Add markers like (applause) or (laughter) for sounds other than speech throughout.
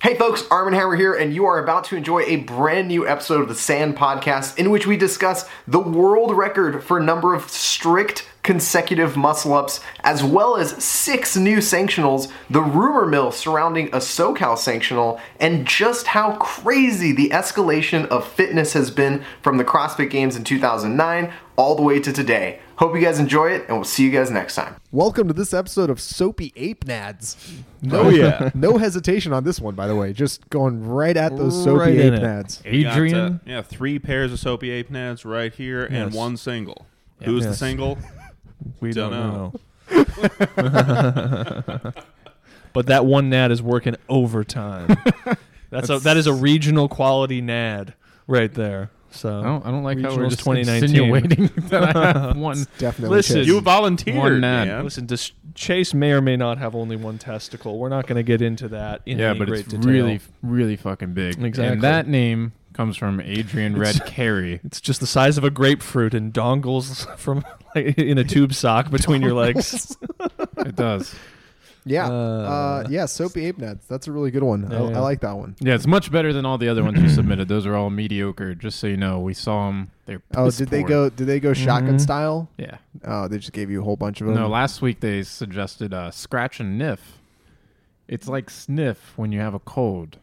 Hey folks, Armin Hammer here, and you are about to enjoy a brand new episode of the Sand Podcast in which we discuss the world record for number of strict consecutive muscle ups, as well as six new sanctionals, the rumor mill surrounding a SoCal sanctional, and just how crazy the escalation of fitness has been from the CrossFit Games in 2009 all the way to today. Hope you guys enjoy it, and we'll see you guys next time. Welcome to this episode of Soapy Ape Nads. No, (laughs) Oh, yeah. (laughs) no hesitation on this one, by the way. Just going right at those soapy Right ape in it. nads. We got, uh, (laughs) Adrian. yeah, three pairs of soapy ape nads right here and Yes. one single. Who's the Yes. (laughs) single? We Don't don't, know. know. (laughs) but that one nad is working overtime. (laughs) That's, a that is a regional quality nad right there. So I don't, I don't like how we're Regionals 2019. just insinuating (laughs) that I have one. Definitely. Listen, Chase. You volunteered, One nad. man. listen, dis- Chase may or may not have only one testicle. We're not going to get into that in yeah, any but great it's detail. really, really fucking big. Exactly. And that name comes from Adrian Red Carey. it's just the size of a grapefruit and dongles (laughs) from like, in a tube sock between (laughs) your legs. It does. yeah, uh, Uh, yeah, soapy ape nads. That's a really good one. I, Yeah. I like that one. Yeah, it's much better than all the other ones you submitted. Those are all mediocre. Just so you know, we saw them. They're Oh, piss did they poor. go? Did they go shotgun Mhm. style? Yeah. Oh, they just gave you a whole bunch of them. No, last week they suggested uh, scratch and sniff. It's like sniff when you have a cold.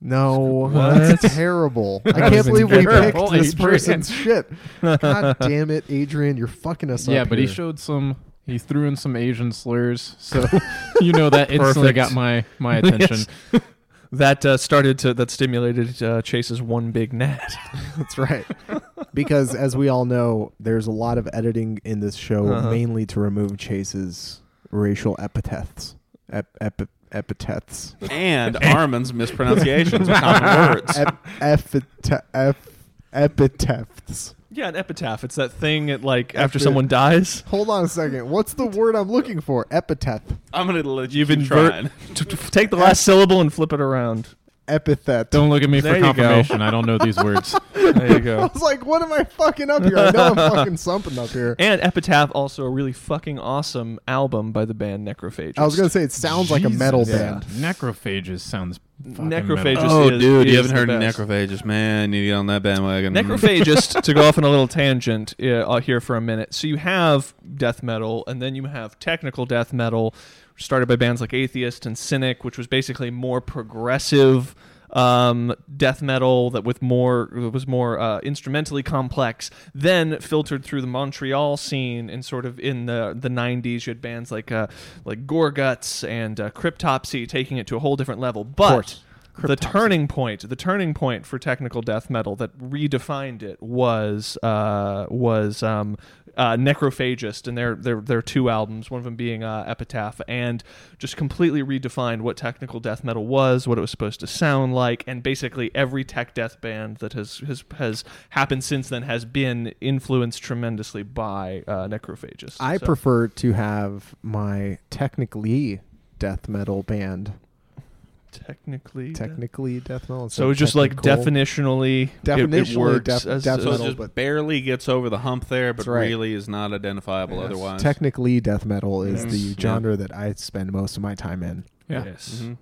No, What? that's (laughs) terrible. I That can't is believe we picked terrible, this Adrian. person's shit. God damn it, Adrian, you're fucking us up. yeah, but he here. showed some. He threw in some Asian slurs, so (laughs) you know that instantly Perfect. got my my attention. Yes. That uh, started to that stimulated uh, Chase's one big gnat. That's right. because as we all know, there's a lot of editing in this show, Uh-huh. mainly to remove Chase's racial epithets. Ep- epi- epithets. and Armin's mispronunciations of (laughs) common words. Ep- epithe- ep- epithets. Yeah, an epitaph. It's that thing at like after Epi- someone (laughs) dies. Hold on a second. What's the word I'm looking for? Epithet. I'm gonna let you You've keep invert. trying. T- t- take the last syllable and flip it around. Epithet. Don't look at me There for you go. confirmation. I don't know these words. There you I go. was like, what am I fucking up here? I (laughs) know I'm fucking something up here. And Epitaph, also a really fucking awesome album by the band Necrophages. I was gonna say it (laughs) sounds like a metal Jesus. band. Yeah. Necrophages sounds fucking Necrophages. metal. Oh, is- dude, you is haven't the heard of best. Necrophages, man. You need to get on that bandwagon. Necrophagist, to go off on a little tangent uh, uh, here for a minute. So you have death metal, and then you have technical death metal, started by bands like Atheist and Cynic, which was basically more progressive um, death metal that with more it was more uh, instrumentally complex. Then filtered through the Montreal scene and sort of in the the '90s, you had bands like uh, like Gorguts and uh, Cryptopsy taking it to a whole different level. But course. the turning point, the turning point for technical death metal that redefined it was uh, was um, uh, Necrophagist and their their their two albums, one of them being uh, Epitaph, and just completely redefined what technical death metal was, what it was supposed to sound like, and basically every tech death band that has has, has happened since then has been influenced tremendously by uh, Necrophagist. I So- prefer to have my technically death metal band. technically Technically death metal. So it's just like definition. definitionally, it- it, Definitionally works def- as, death as- So it metal, just but- barely gets over the hump there, but That's right. really is not identifiable otherwise. Technically, death metal is Yes. the Yeah. genre that I spend most of my time in. Yeah. Yes. Mhm.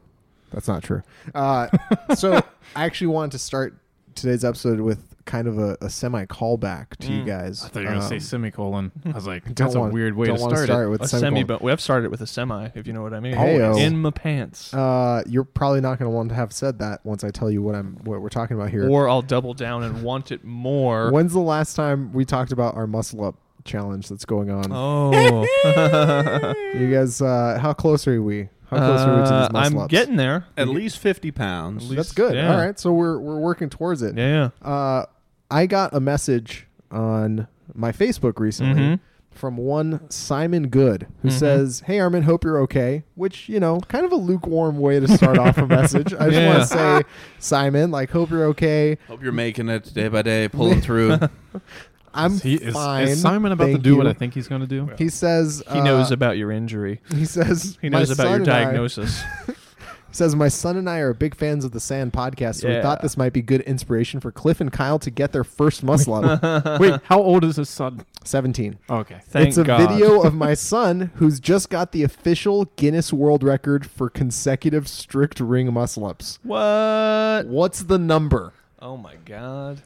That's not true. (laughs) Uh, so I actually wanted to start today's episode with kind of a, a semi callback to you Mm. guys. I thought you were gonna say Um, semicolon. I was like, don't that's a wanna- weird way don't to wanna start, start it. with a semi, semicolon. but we have started with a semi, if you know what I mean. Heyo. In my pants, Uh, you're probably not going to want to have said that once I tell you what I'm what we're talking about here. or I'll double down and want it more. When's the last time we talked about our muscle up challenge that's going on? (laughs) Oh, You guys, uh, how close are we? (laughs) How close are we to Uh, these muscle I'm ups? getting there. At least 50 pounds. That's good. Yeah. All right, so we're we're working towards it. Yeah, Uh, I got a message on my Facebook recently Mhm. from one Simon Good who says, "Hey Armin, hope you're okay." Which you know, kind of a lukewarm way to start off a message. I just Yeah. want to say, Simon, like, hope you're okay. Hope you're making it day by day, (laughs) pulling through. I'm Is he- is- fine. Is, Simon about to Thank do what you." I think he's gonna do? (laughs) He says he knows about your injury. He says He knows Uh, "My about your son and I- diagnosis. He says, My son and I are big fans of the Sand podcast, so we Yeah. thought this might be good inspiration for Cliff and Kyle to get their first muscle up. Wait, how old is his son? 17. Okay. (laughs) Thank it's a God. video of my son who's just got the official Guinness World Record for consecutive strict ring muscle ups. What? What's the number? Oh my god.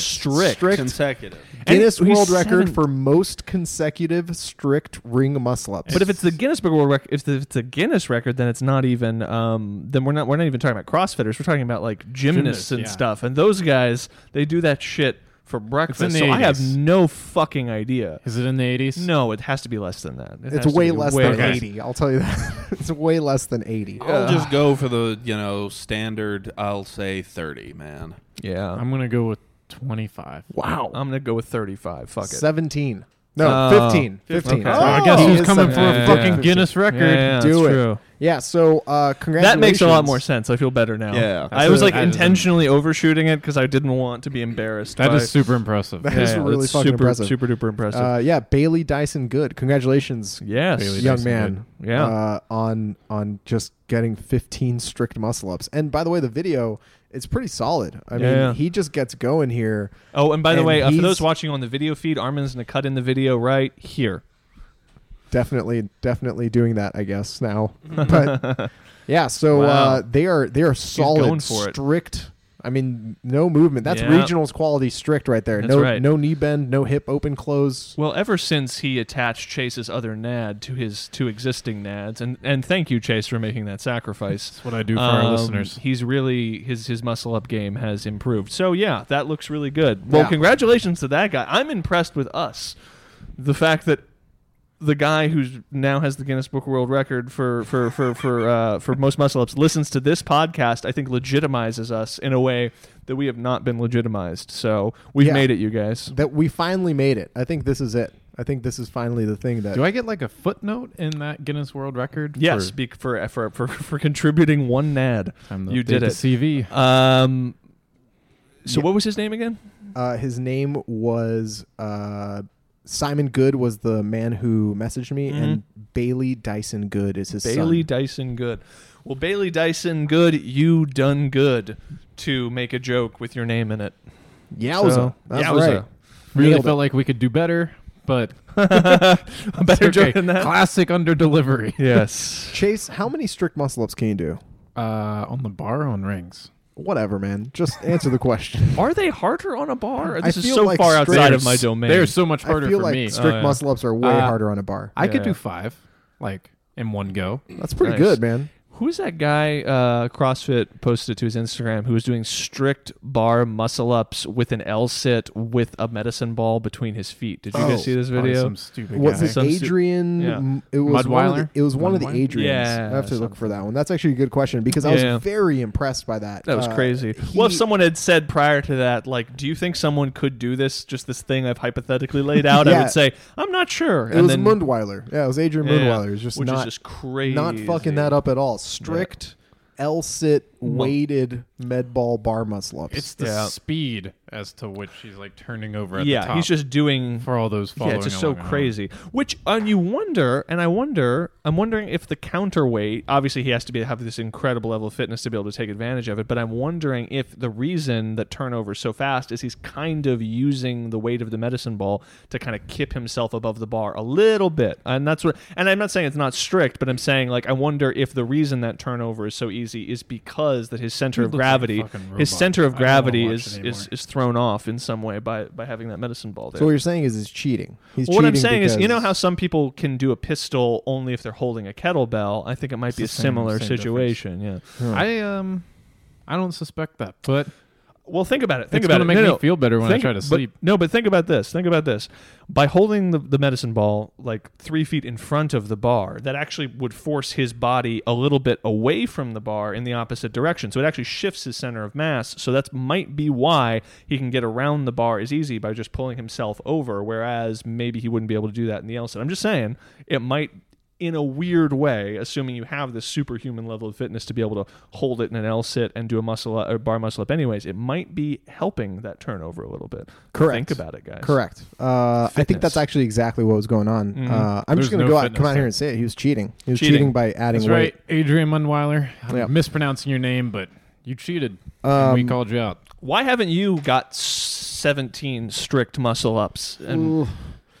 Strict. Strict. Strict. Consecutive. And Guinness he's World Record seven- for most consecutive strict ring muscle ups. But if it's the Guinness Book of World Record, if it's a Guinness record, then it's not even. Um, then we're not. We're not even talking about CrossFitters. We're talking about like gymnasts Gymnasts, and yeah. stuff. And those guys, they do that shit for breakfast. the So I have 80s. no fucking idea. Is it in the 80s? No, it has to be less than that. It has it's to way be less than less. 80. I'll tell you that. (laughs) it's way less than 80. Oh, I'll just go for the you know standard. I'll say thirty, man. Yeah, I'm, I'm going to go with 25. Wow. gonna go with 35. Fuck it. 17. Uh, No, Oh. 15. 15. Okay. Oh, I guess He who's is coming 17. for a Yeah, fucking yeah. Guinness record? Yeah, yeah, Do that's it. true. Yeah, so uh, congratulations. That makes a lot more sense. I feel better now. Yeah. I was like That is- intentionally overshooting it because I didn't want to be embarrassed. That by, is super impressive. That is Yeah, really that's fucking super, impressive. Super duper impressive. Uh, yeah, Bailey Dyson Good. Congratulations, yes. Really? young Dyson man. Good. Yeah. Uh, on on just getting 15 strict muscle ups. And by the way, the video it's pretty solid. I mean, Yeah. he just gets going here. Oh, and by the And way, uh, for he's- those watching on the video feed, Armin's going to cut in the video right here. Definitely, definitely doing that. I guess now, (laughs) but yeah. So uh, Wow. they are they are solid, going for it. strict. I mean, no movement. That's Yeah. regionals quality strict right there. That's no right. no knee bend, no hip open close. Well, ever since he attached Chase's other nad to his two existing nads, and, and thank you, Chase, for making that sacrifice. That's what I do for our um, listeners. He's really his his muscle up game has improved. So yeah, that looks really good. Well, Yeah. congratulations to that guy. I'm impressed with us. The fact that the guy who's now has the Guinness Book of World Record for for for for uh, for most muscle ups listens to this podcast. I think legitimizes us in a way that we have not been legitimized. So we've Yeah. made it, you guys. That we finally made it. I think this is it. I think this is finally the thing that Do I get like a footnote in that Guinness World Record? Yes, For, be- for for for for contributing one nad. I'm the You did the it. CV. Um. So what was his name again? uh, his name was uh, Simon Good was the man who messaged me, and Bailey Dyson Good is his Mm-hmm. Bailey son. Dyson Good. Well, Bailey Dyson Good, you done good to make a joke with your name in it. Yowza, So, that's yowza. right. Really Nailed felt like we could do better, (laughs) but A better okay. joke than that. Classic under delivery. yes. Chase, how many strict muscle ups can you do? (laughs) Uh, on the bar on rings. Whatever, man. Just answer the (laughs) question. (laughs) Are they harder on a bar? I This is feel so like far straight- outside of There's- my domain. They're so much I harder feel for like me. strict Oh, yeah. muscle ups are way Uh, harder on a bar. I could Yeah. do five, like in one go. That's pretty nice. good, man. Who's that guy uh, CrossFit posted to his Instagram who was doing strict bar muscle ups with an L sit with a medicine ball between his feet? Did you Oh, guys see this Probably video? Some stupid Was guy. it Some stu- Adrian? Yeah. M- It was one of the, Mudweiler? it was one of the Mudweiler? Adrians. I have to Yeah, look for that one. That's actually a good question because I Yeah. was very impressed by that. That was Uh, crazy. he- well, if someone had said prior to that, like, do you think someone could do this? Just this thing I've hypothetically laid out, I Yeah. would say, I'm not sure. it was Mundweiler. Yeah, it was Adrian Mundweiler. It was just which not is just crazy. not fucking that up at all. Strict L sit weighted med ball bar muscle ups. It's the Yeah. speed as to which he's like turning over at yeah, the top. he's just doing. for all those Yeah, following. it's just so along at home. crazy. Which and you wonder, and I wonder, I'm wondering if the counterweight. Obviously, he has to be have this incredible level of fitness to be able to take advantage of it. But I'm wondering if the reason that turnover is so fast is he's kind of using the weight of the medicine ball to kind of kip himself above the bar a little bit. And that's what. And I'm not saying it's not strict, but I'm saying like I wonder if the reason that turnover is so easy is because that his center Dude of looks like a gravity, fucking robot. his center of I don't wanna gravity watch is it is anymore. is thrown off in some way by by having that medicine ball there. so what you're saying is he's cheating. He's Well, what I'm cheating saying is, you know because- how some people can do a pistol only if they're holding a kettlebell. I think it might be a the same- similar same situation. Yeah. I um, I don't suspect that, but Well, think about it. Think it's about gonna it. make No, me no. feel better when Think- I try to but- sleep. no, but think about this. Think about this. By holding the, the medicine ball like three feet in front of the bar, that actually would force his body a little bit away from the bar in the opposite direction. So it actually shifts his center of mass. So that might be why he can get around the bar as easy by just pulling himself over, whereas maybe he wouldn't be able to do that in the L set. I'm just saying it might in a weird way, assuming you have this superhuman level of fitness to be able to hold it in an L sit and do a muscle up, or bar muscle up, anyways, it might be helping that turnover a little bit. Correct. Think about it, guys. (laughs) Correct. Uh, I think Fitness. Mm-hmm. that's actually exactly what was going on. Uh, I'm There's just going to no go out, fitness come out here there. and say it. He was cheating. He was cheating, Cheating. by adding That's weight. right, Adrian Munweiler. I'm Yeah. mispronouncing your name, but you cheated. and we called you out. Why haven't you got s- 17 strict muscle ups? And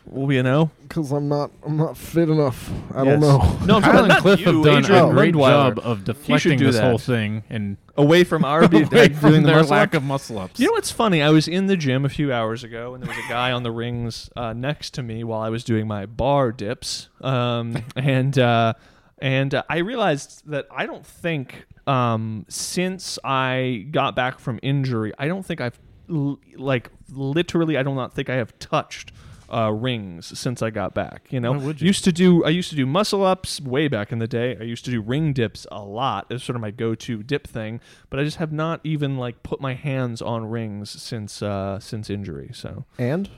well, you know, Because I'm not, I'm not fit enough. I don't Yes. know. No, I'm talking Kyle about and not Cliff you, have done Adrian a great Grindweiler. job of He should deflecting do this that. whole thing and away (laughs) from our (laughs) be- away like, doing from the their muscle lack up. of muscle ups. You know what's funny? I was in the gym a few hours ago, and there was a guy on the rings uh, next to me while I was doing my bar dips, (laughs) um, and uh, and uh, I realized that I don't think um, since I got back from injury, I don't think I've l- like literally, I do not think I have touched. Uh, rings since I got back, you know. Why (laughs) would you? Used to do I used to do muscle ups way back in the day. I used to do ring dips a lot. It was sort of my go to dip thing, but I just have not even like put my hands on rings since uh since injury. So And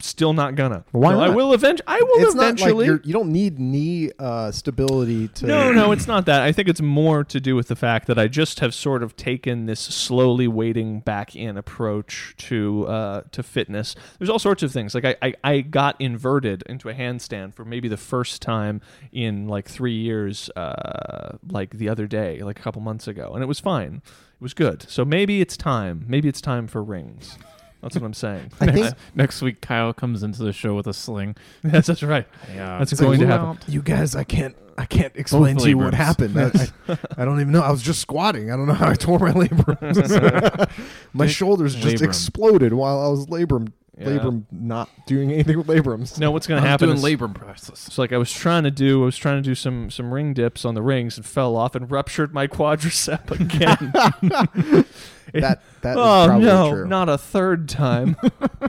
still not gonna. Why No, I not? will event I will it's not like eventually you're, you don't need knee uh, stability to. no, no, it's not that. I think it's more to do with the fact that I just have sort of taken this slowly wading back in approach to uh, to fitness. There's all sorts of things. Like I, I, I got inverted into a handstand for maybe the first time in like three years, uh, like the other day, like a couple months ago, and it was fine. It was good. So maybe it's time. Maybe it's time for rings. That's what I'm saying. I (laughs) think Uh, Next week, Kyle comes into the show with a sling. yes, (laughs) that's right. Yeah, That's going to happen. you guys, I can't, I can't explain to you what labrums. happened. I, I, I don't even know. I was just squatting. I don't know how I tore my (laughs) labrums. my shoulders just labrum. exploded while I was labrum, Yeah. labrum, not doing anything with labrums. No, what's going to happen? is- labor process. So like I was trying to do, I was trying to do some some ring dips on the rings and fell off and ruptured my (laughs) quadricep again. (laughs) That that is oh probably no, true. not a third time.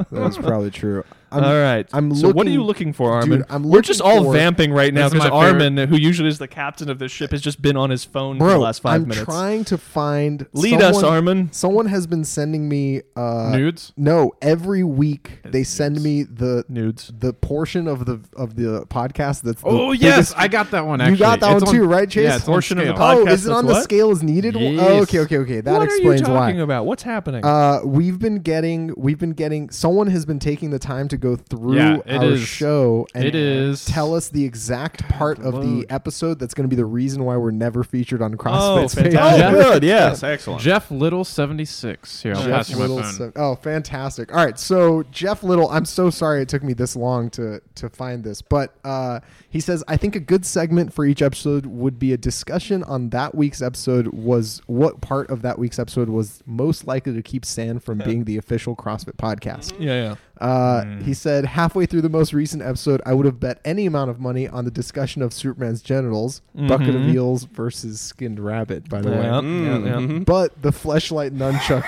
That is probably true. (laughs) (laughs) I'm, all right. I'm so what are looking- you looking for, Armin? Dude, I'm We're just looking all for- vamping right now This is because my favorite- Armin, who usually is the captain of this ship, has just been on his phone for bro, the last 5 I'm minutes. trying to find. Lead us, someone- Armin. Someone has been sending me uh, Nudes? No, every week they send me the Nudes. the portion of the of the podcast that's. the Oh yes, biggest- I got that one. You Actually, got that It's one too, right, Chase? Yeah, it's on Portion of the scale. pod- Oh, podcast is it that's on the what? scale as needed? Oh, Yes. okay, okay, okay. That what explains are you talking why. about? What's happening? Uh, we've been getting, we've been getting. Someone has been taking the time to go through Yeah, it our is- show and it is- tell us the exact part of the episode that's going to be the reason why we're never featured on oh, CrossFit's page. fantastic! good, yes. That's excellent. Jeff Little seventy six. Here, I'll Jeff pass you my Little. phone. so- oh, fantastic! All right, so Jeff Little, I'm so sorry it took me this long to to find this, but uh, he says I think a good segment for each episode would be a discussion on that week's episode was what part of that week's episode was most likely to keep Sand from being the official CrossFit podcast. Mm-hmm. Yeah, yeah. Uh, He said halfway through the most recent episode, I would have bet any amount of money on the discussion of Superman's genitals, Mm-hmm. bucket of eels versus skinned rabbit. By the way, Yeah, yeah, yeah. but the fleshlight nunchuck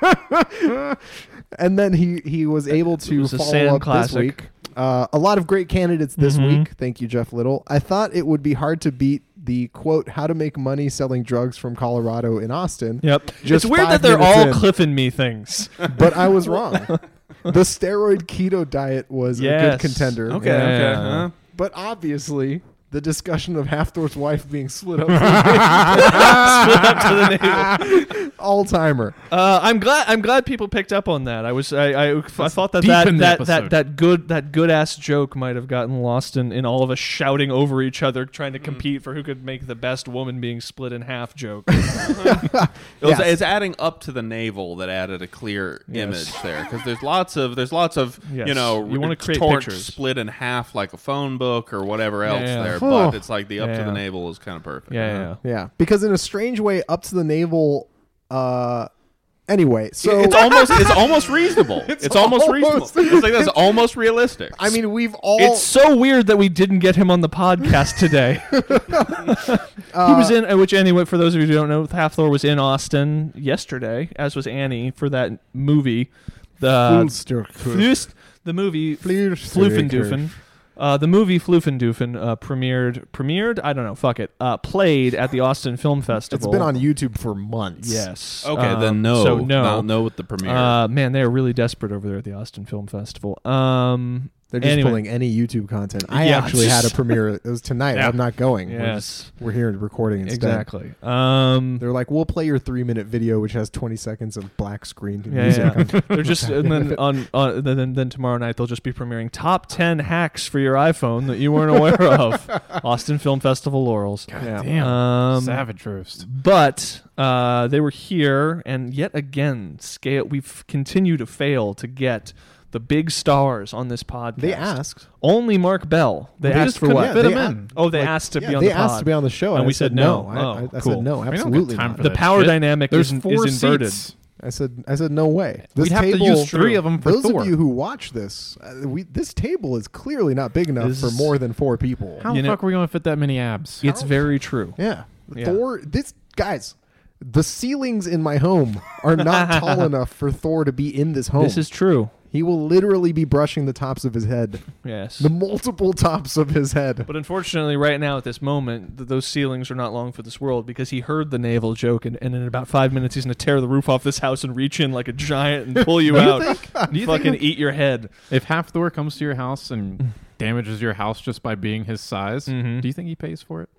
one. (laughs) and then he he was able to was a follow Sam up classic. Mm-hmm. this week. Uh, a lot of great candidates this week. Thank you, Jeff Little. I thought it would be hard to beat the quote "How to Make Money Selling Drugs from Colorado in Austin." Yep. Just it's weird five that they're minutes all in. Cliff and me things. but I was (laughs) wrong. the steroid keto diet was a Yes. good contender. Okay, okay. uh-huh. Yeah. Huh? But obviously, the discussion of Hathor's wife being slit (laughs) up (laughs) Split up to (laughs) the navel. (laughs) all timer. Uh, I'm glad. I'm glad people picked up on that. I was. I. I, I thought that deep that in the that, that episode. that good that good ass joke might have gotten lost in in all of us shouting over each other, trying Mm. to compete for who could make the best woman being split in half (laughs) joke. It was- Yes. It's adding up to the navel that added a clear image there because there's lots of there's lots of Yes. you know You wanna create torch pictures. split in half like a phone book or whatever else yeah. there, Oh. but it's like the up to Yeah. the navel is kind of perfect. uh-huh. yeah, yeah. Yeah, because in a strange way, up to the navel. Uh, anyway, so it's almost it's almost (laughs) reasonable. It's, almost, almost- reasonable. It's like that's almost realistic. I mean, we've all It's so weird that we didn't get him on the podcast (laughs) today. (laughs) he was in, uh, which anyway, for those of you who don't know, Half Thor was in Austin yesterday, as was Annie for that movie, the Flust, the movie Floofendoofen. Uh, the movie Floofendoofen uh, premiered premiered I don't know fuck it uh, played at the Austin Film it's Festival. been on YouTube for months. Yes. okay, Um, then no, So no. I'll know with the premiere. Uh, man, they're really desperate over there at the Austin Film Festival. Um, They They're just Anyway. pulling any YouTube content. I Yeah. actually (laughs) had a premiere. It was tonight. Yeah. I'm not going. We're, Yes. just- we're here recording instead. Exactly. Um, They're like, we'll play your three minute video, which has 20 seconds of black screen yeah, music. yeah. on (laughs) it. They're just (laughs) and then on, on then- then then tomorrow night they'll just be premiering top ten hacks for your iPhone that you weren't (laughs) aware of. Austin Film Festival Laurels. Yeah. Damn. Um, Savage roast. But uh, they were here, and yet again, scale. We've continued to fail to get the big stars on this podcast. They asked. only Mark Bell. They, They asked just for couldn't what? fit Fit they him a- in. Oh, they asked to be Yeah, on they the pod. asked to be on the show, and, and we I said said no. no. I- Oh, I- I said cool. no. We don't got absolutely time not. for The that power shit. dynamic There's is- four is inverted. Seats. I said, I said, no way. This We'd have to table, use three of them for those Thor. of you who watch this, uh, we this table is clearly not big enough This for is- more than four people. How You the know- fuck are we gonna fit that many abs? It's very true. Yeah. Yeah. Thor, this, guys, the ceilings in my home are (laughs) not tall enough for Thor to be in this home. This is true. he will literally be brushing the tops of his head, Yes. the multiple tops of his head. But unfortunately, right now at this moment, th- those ceilings are not long for this world because he heard the navel joke, and, and in about five minutes, he's going to tear the roof off this house and reach in like a giant and pull (laughs) you out, and do you think fucking that- eat your head. If Half Thor comes to your (laughs) house and damages your house just by being his size, Mm-hmm. do you think he pays for it?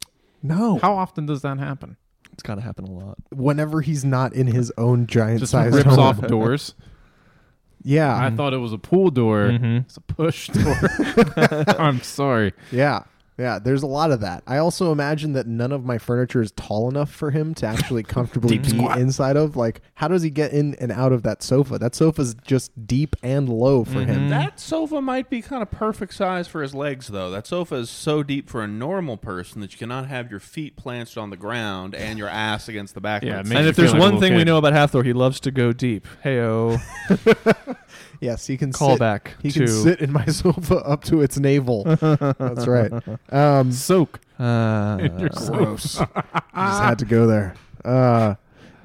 No, How often does that happen? It's got to happen a lot. whenever he's not in his own giant Just size Um, rips home. off (laughs) doors. Yeah, I thought it was a pool door. mm-hmm. It's a push door. (laughs) I'm sorry. yeah, yeah. There's a lot of that. I also imagine that none of my furniture is tall enough for him to actually (laughs) comfortably be inside of. Like, how does he get in and out of that sofa? That sofa's just deep and low for Mm-hmm. him. That sofa might be kind of perfect size for his legs, though. That sofa is so deep for a normal person that you cannot have your feet planted on the ground and your ass against the back. of Yeah, it. it makes and you if there's feel like a one little thing we kid. know about Hathor, he loves to go deep. (laughs) Heyo, Yes, he can call sit- back He to can sit in my (laughs) sofa up to its (laughs) navel. That's right. Um, Soak. uh, gross. I (laughs) just had to go there. Uh,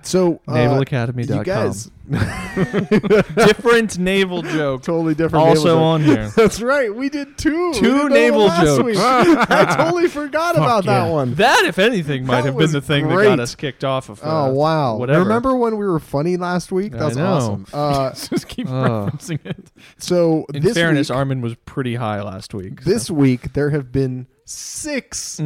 so uh, You NavalAcademy.com. guys, (laughs) different navel (laughs) joke. totally different. navel Also joke. (laughs) on here. That's right. We did two. We Two did that navel one last jokes. (laughs) week. I totally forgot about yeah. that one. That, if anything, might That have been was the thing that great. got us kicked off of. uh, oh wow! Whatever. Remember when we were funny last week? I That was know. (laughs) awesome. Uh, (laughs) Just keep Oh. referencing it. so In this fairness, week, Armin was pretty high last week. Mm-hmm. this week there have been 6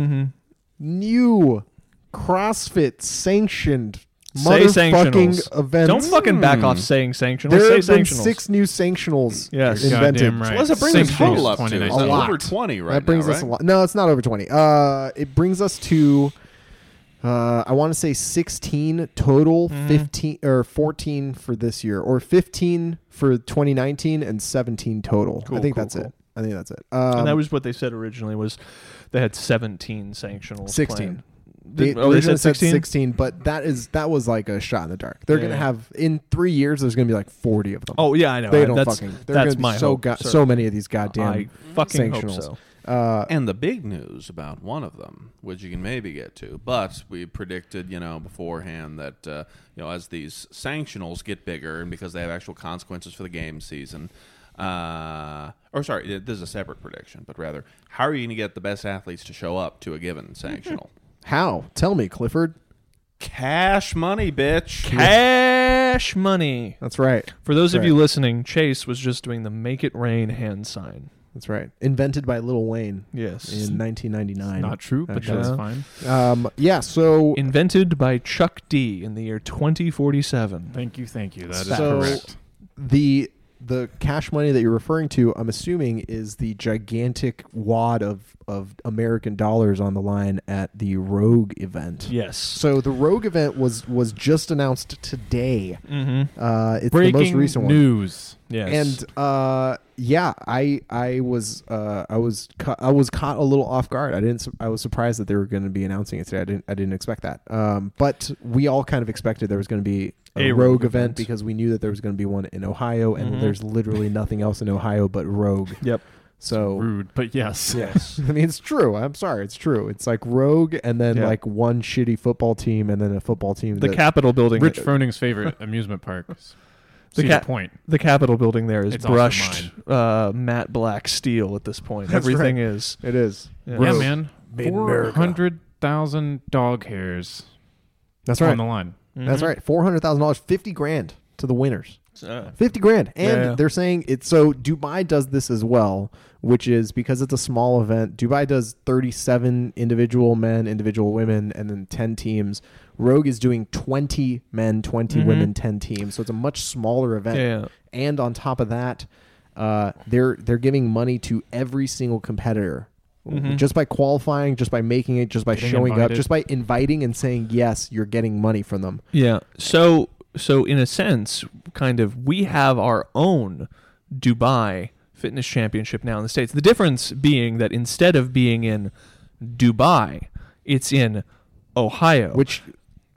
new CrossFit sanctioned Say motherfucking sanctionals. events. Don't fucking back Hmm. off saying sanctionals. There have say been sanctionals. six new sanctionals Yes. invented. Goddamn right. Let's bring Same the total thing. up to. It's 29. A lot. over 20 right that brings now, us right? a lot. No, it's not over twenty. Uh, it brings us to, uh, I want to say sixteen total, Mm-hmm. fifteen or fourteen for this year, or fifteen for twenty nineteen, and seventeen total. Cool, I think cool, that's cool. it. I think that's it. Um, and that was what they said originally was they had 17 sanctionals. 16. planned. they Did- oh, they originally said 16? sixteen, but that is that was like a shot in the dark. They're Yeah, gonna yeah. have in three years. There's gonna be like forty of them. Oh, yeah, I know. they I- don't that's, fucking. They're That's gonna be my so hope, go- sir. so many of these goddamn. I fucking hope sanctionals. Uh, so. And the big news about one of them, which you can maybe get to, but we predicted, you know, beforehand that uh, you know as these sanctionals get bigger and because they have actual consequences for the game season, uh, or sorry, th- this is a separate prediction, but rather, how are you going to get the best athletes to show up to a given sanctional? How? Tell me, Clifford. Cash money, bitch. Cash money. That's right. For those of Right. you listening, Chase was just doing the make it rain hand sign. That's right. Invented by Lil Wayne Yes. in 1999. Not true, but Actually. that's fine. Um, yeah. So Invented by Chuck D in the year 2047. Thank you, thank you. That is So- correct. the the cash money that you're referring to, I'm assuming, is the gigantic wad of of American dollars on the line at the Rogue event. Yes. So So the Rogue event was was just announced today. Uh, it's Breaking the most recent one. news. Mm-hmm. yes. And uh, yeah, I I was uh, I was cu- I was caught a little off guard. I didn't su- I was surprised that they were going to be announcing it today. I didn't I didn't expect that. Um, but we all kind of expected there was going to be a, A rogue, event Rogue event. Mm-hmm. because we knew that there was going to be one in Ohio, and there's literally nothing else in Ohio but rogue. Yep. (laughs) So. Rude, but yes. Yes. I mean, it's true. I'm sorry. It's true. It's like Rogue and then Yeah. like one shitty football team and then a football team. (laughs) The that- Capitol building. Uh, Rich Froning's favorite (laughs) amusement park. The The cat- point. The Capitol building there is It's also brushed uh, matte black steel at this point. Everything is. It is. Yeah. Yeah, Rogue. man. Four Mid-America. hundred thousand dog hairs That's right. on the line. Mm-hmm. That's right. Four hundred thousand dollars, fifty grand to the winners. Uh, 50 grand. And Yeah. they're saying it. so Dubai does this as well, which is because it's a small event. Dubai does 37 individual men, individual women, and then 10 teams. Rogue is doing 20 men, 20 women, 10 teams. So it's a much smaller event. Mm-hmm. Yeah. And on top of that, uh, they're they're giving money to every single competitor. Mm-hmm. Just by qualifying, just by making it, just by showing up, invited. just by inviting and saying yes, you're getting money from them. yeah. So so in a sense, kind of, we have our own Dubai Fitness Championship now in the states. The difference being that instead of being in Dubai, it's in Ohio, Which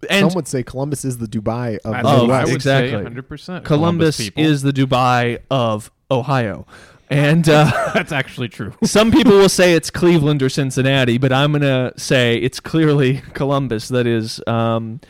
and some would say Columbus is the Dubai of I, the Oh, think I Midwest. would exactly. say 100%. Columbus, people. is the Dubai of Ohio, and. Uh, (laughs) (laughs) That's actually true. Some people will say it's Cleveland or Cincinnati, but I'm gonna say it's clearly (laughs) Columbus. That is, um,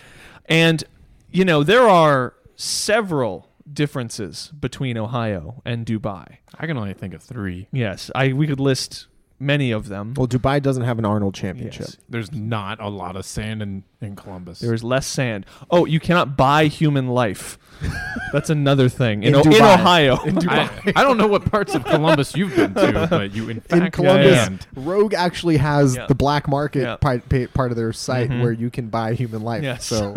and you know there are several differences between Ohio and Dubai. I can only think of three. Yes, I we could list many of them. Well, Dubai doesn't have an Arnold Championship. Yes. There's not a lot of sand in, in Columbus. There is less sand. Oh, you cannot buy human (laughs) life. That's another thing in, In O- in Dubai. Ohio. (laughs) (laughs) I, I don't know what parts of Columbus you've been to, but you in fact In Columbus, can. Rogue actually has Yeah. the black market Yeah. Mm-hmm. pi- pa- part of their site where you can buy human life. Yes. (laughs) So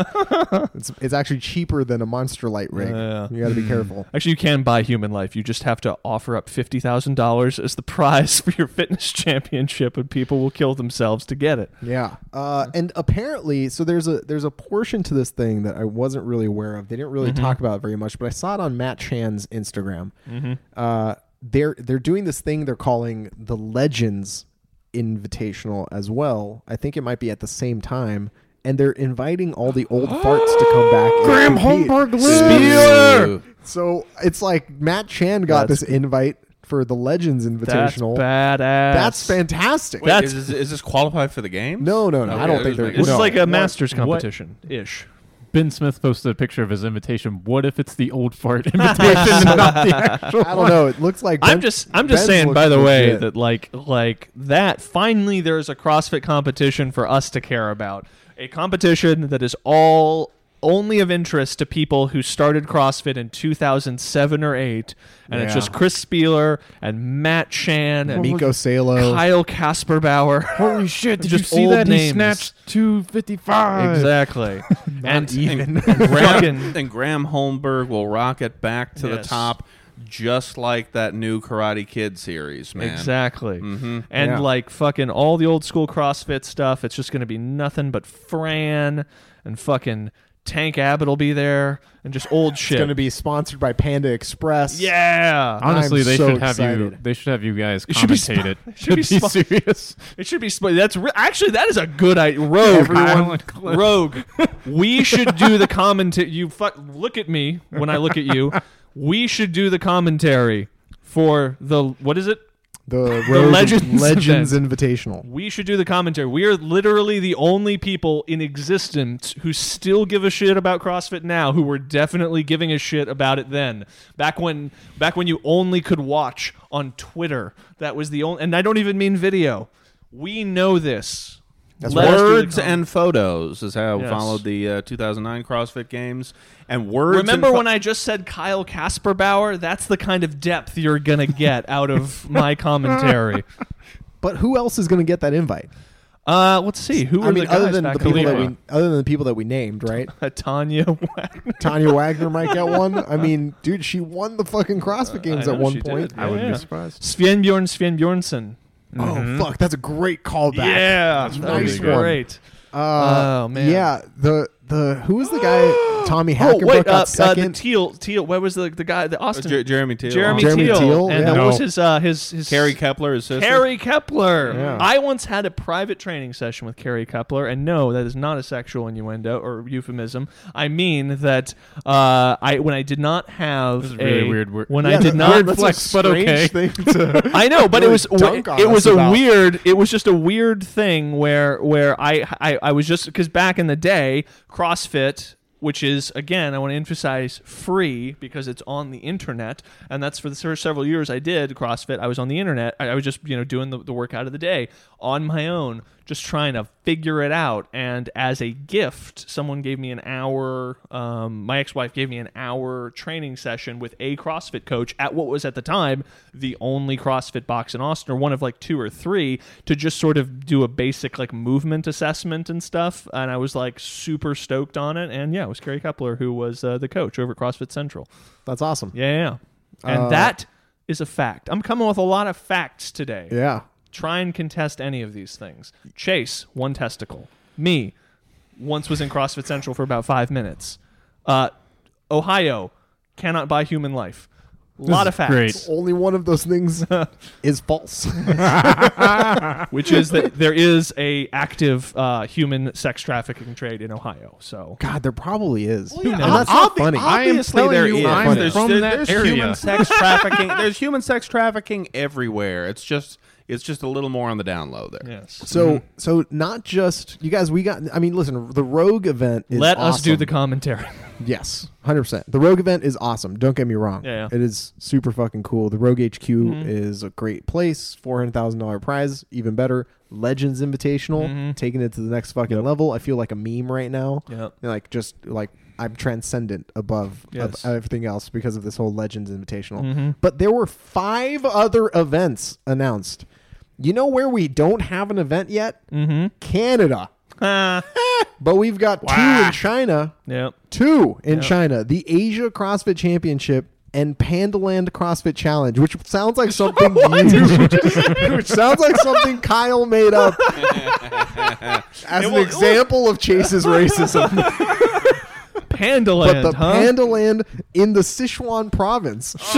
it's, it's actually cheaper than a monster light rig. Yeah. Mm. You got to be careful. Actually, you can buy human life. You just have to offer up fifty thousand dollars as the (laughs) prize for your fitness championship, and people will kill themselves to get it. Yeah. Uh, and apparently, so there's a there's a portion to this thing that I wasn't really aware of. They didn't really talk about it very much, but I saw it on Matt Chan's Instagram. Uh, they're they're doing this thing they're calling the Legends Invitational as well. I think it might be at the same time, and they're inviting all the old farts to come back. and compete. Spieler! So it's like Matt Chan got That's- this invite for the Legends That's Invitational. badass. That's fantastic. Wait, is, this, is this qualified for the game? no, no, no. Okay, I don't it think was they're. making- This no. is like a What- masters what- competition ish. Ben Smith posted a picture of his invitation. What if it's the (laughs) old fart invitation and not the actual? I don't know. It looks like I'm Ben- just I'm just Ben's saying. looks By the way, legit. that like like that. Finally, there's a CrossFit competition for us to care about. A competition that is all only of interest to people who started CrossFit in 2007 or 8, and it's Yeah. just Chris Spieler and Matt Chan and Miko Salo. (laughs) Kyle Kasperbauer. Holy shit! Did Just you see old that he names. snatched two fifty five? (laughs) Exactly. and And, and (laughs) Fucking- Graham, and Graham Holmberg will rocket back to Yes. the top, just like that new Karate Kid series, man. Exactly. Mm-hmm. And Yeah. like fucking all the old school CrossFit stuff, it's just going to be nothing but Fran and fucking Tank Abbott will be there and just old shit. It's going to be sponsored by Panda Express. yeah. Honestly, I'm they so should have you. excited. They should have you guys should be commentate spo- it. (laughs) it should be (laughs) to be spo- (laughs) serious. It should be sp- that's re- actually that is a good idea. Rogue. Everyone- (laughs) Rogue. we should do the commentary. You fuck look at me when I look at you. (laughs) We should do the commentary for the what is it? The, Road Legends Legends Invitational. We should do the commentary. We are literally the only people in existence who still give a shit about CrossFit now who were definitely giving a shit about it then. Back when back when you only could watch on Twitter. That was the only and I don't even mean video. We know this. That's Words and photos is how Yes. I followed the uh, 2009 CrossFit Games. And words. Remember when I just said Kyle Kasperbauer? That's the kind of depth you're going to get (laughs) out of my commentary. But who else is going to get that invite? Uh, let's see. Who are I mean, the guys other than the back people that then? we, other than the people that we named, (laughs) right? Uh, Tanya Wagner. Tanya Wagner might get one. I mean, dude, she won the fucking CrossFit Games Uh, I at know one she point. did. I wouldn't be Yeah. surprised. Svenbjorn Svenbjornsson. Oh fuck, that's a great callback. Yeah, that's nice one. great. Uh, Oh, man. Yeah, the the who was the (gasps) guy? Tommy Oh Hackenberg wait, got uh, uh, the second. teal, teal. Where was the the guy? The Austin, Uh, Jer- Jeremy Teal. Jeremy, Jeremy Teal, Teal, and yeah. uh, what was No. his uh, his his Carrie Kepler is sister. Carrie Kepler. Yeah. I once had a private training session with Carrie Kepler, and no, that is not a sexual innuendo or euphemism. I mean that uh, I when I did not have This is really a- weird word. (laughs) when I Yeah, did that- not that's a flex, but strange okay. thing (laughs) to- (laughs) I know, but really it was dunk on it us was a about. weird. It was just a weird thing where where I I, I was just because back in the day, CrossFit. Which is again, I want to emphasize free because it's on the internet, and that's for the first several years I did CrossFit. I was on the internet. I, I was just you know doing the, the workout of the day on my own, just trying to figure it out. And as a gift, someone gave me an hour. Um, my ex-wife gave me an hour training session with a CrossFit coach at what was at the time the only CrossFit box in Austin, or one of like two or three, to just sort of do a basic like movement assessment and stuff. And I was like super stoked on it. And yeah, it was Kerry Kepler who was uh, the coach over at CrossFit Central. That's awesome. Yeah, yeah, yeah. and that is a fact. I'm coming with a lot of facts today Yeah. try and contest any of these things. Chase, one testicle. Me, once was in CrossFit Central for about five minutes. Uh, Ohio, cannot buy human life. A lot of is facts. great. Only one of those (laughs) things is false. Which is that there is a active uh, human sex trafficking trade in Ohio. So (laughs) God, there probably is. yeah, And that's not obvi- funny. I am Obviously, telling there you, is. I'm There's, from there- that there's area. (laughs) human sex trafficking. there's human sex trafficking everywhere. It's just it's just a little more on the down low there. yes. So, so not just you guys. We got. I mean, listen. The Rogue event. Is Let us do awesome. the commentary. (laughs) Yes, hundred percent. The Rogue event is awesome. Don't get me wrong. Yeah, Mm-hmm. yeah. it is super fucking cool. The Rogue HQ is a great place. Four hundred thousand dollar prize, even better. Legends Invitational, Mm-hmm. taking it to the next fucking level. I feel like a meme right now. Yep. And, like just like I'm transcendent above Yes. Mm-hmm. of everything else because of this whole Legends Invitational. But there were five other events announced. You know where we don't have an event yet? Mm-hmm. (laughs) Canada. Ah, But we've got two in China yep. two in China: the Asia CrossFit Championship and Pandaland CrossFit Challenge, which sounds like (laughs) something you, which sounds like something Kyle made (laughs) up as an example of Chase's (laughs) racism. Pandaland, But the huh? Pandaland in the Sichuan (laughs) province, Oh.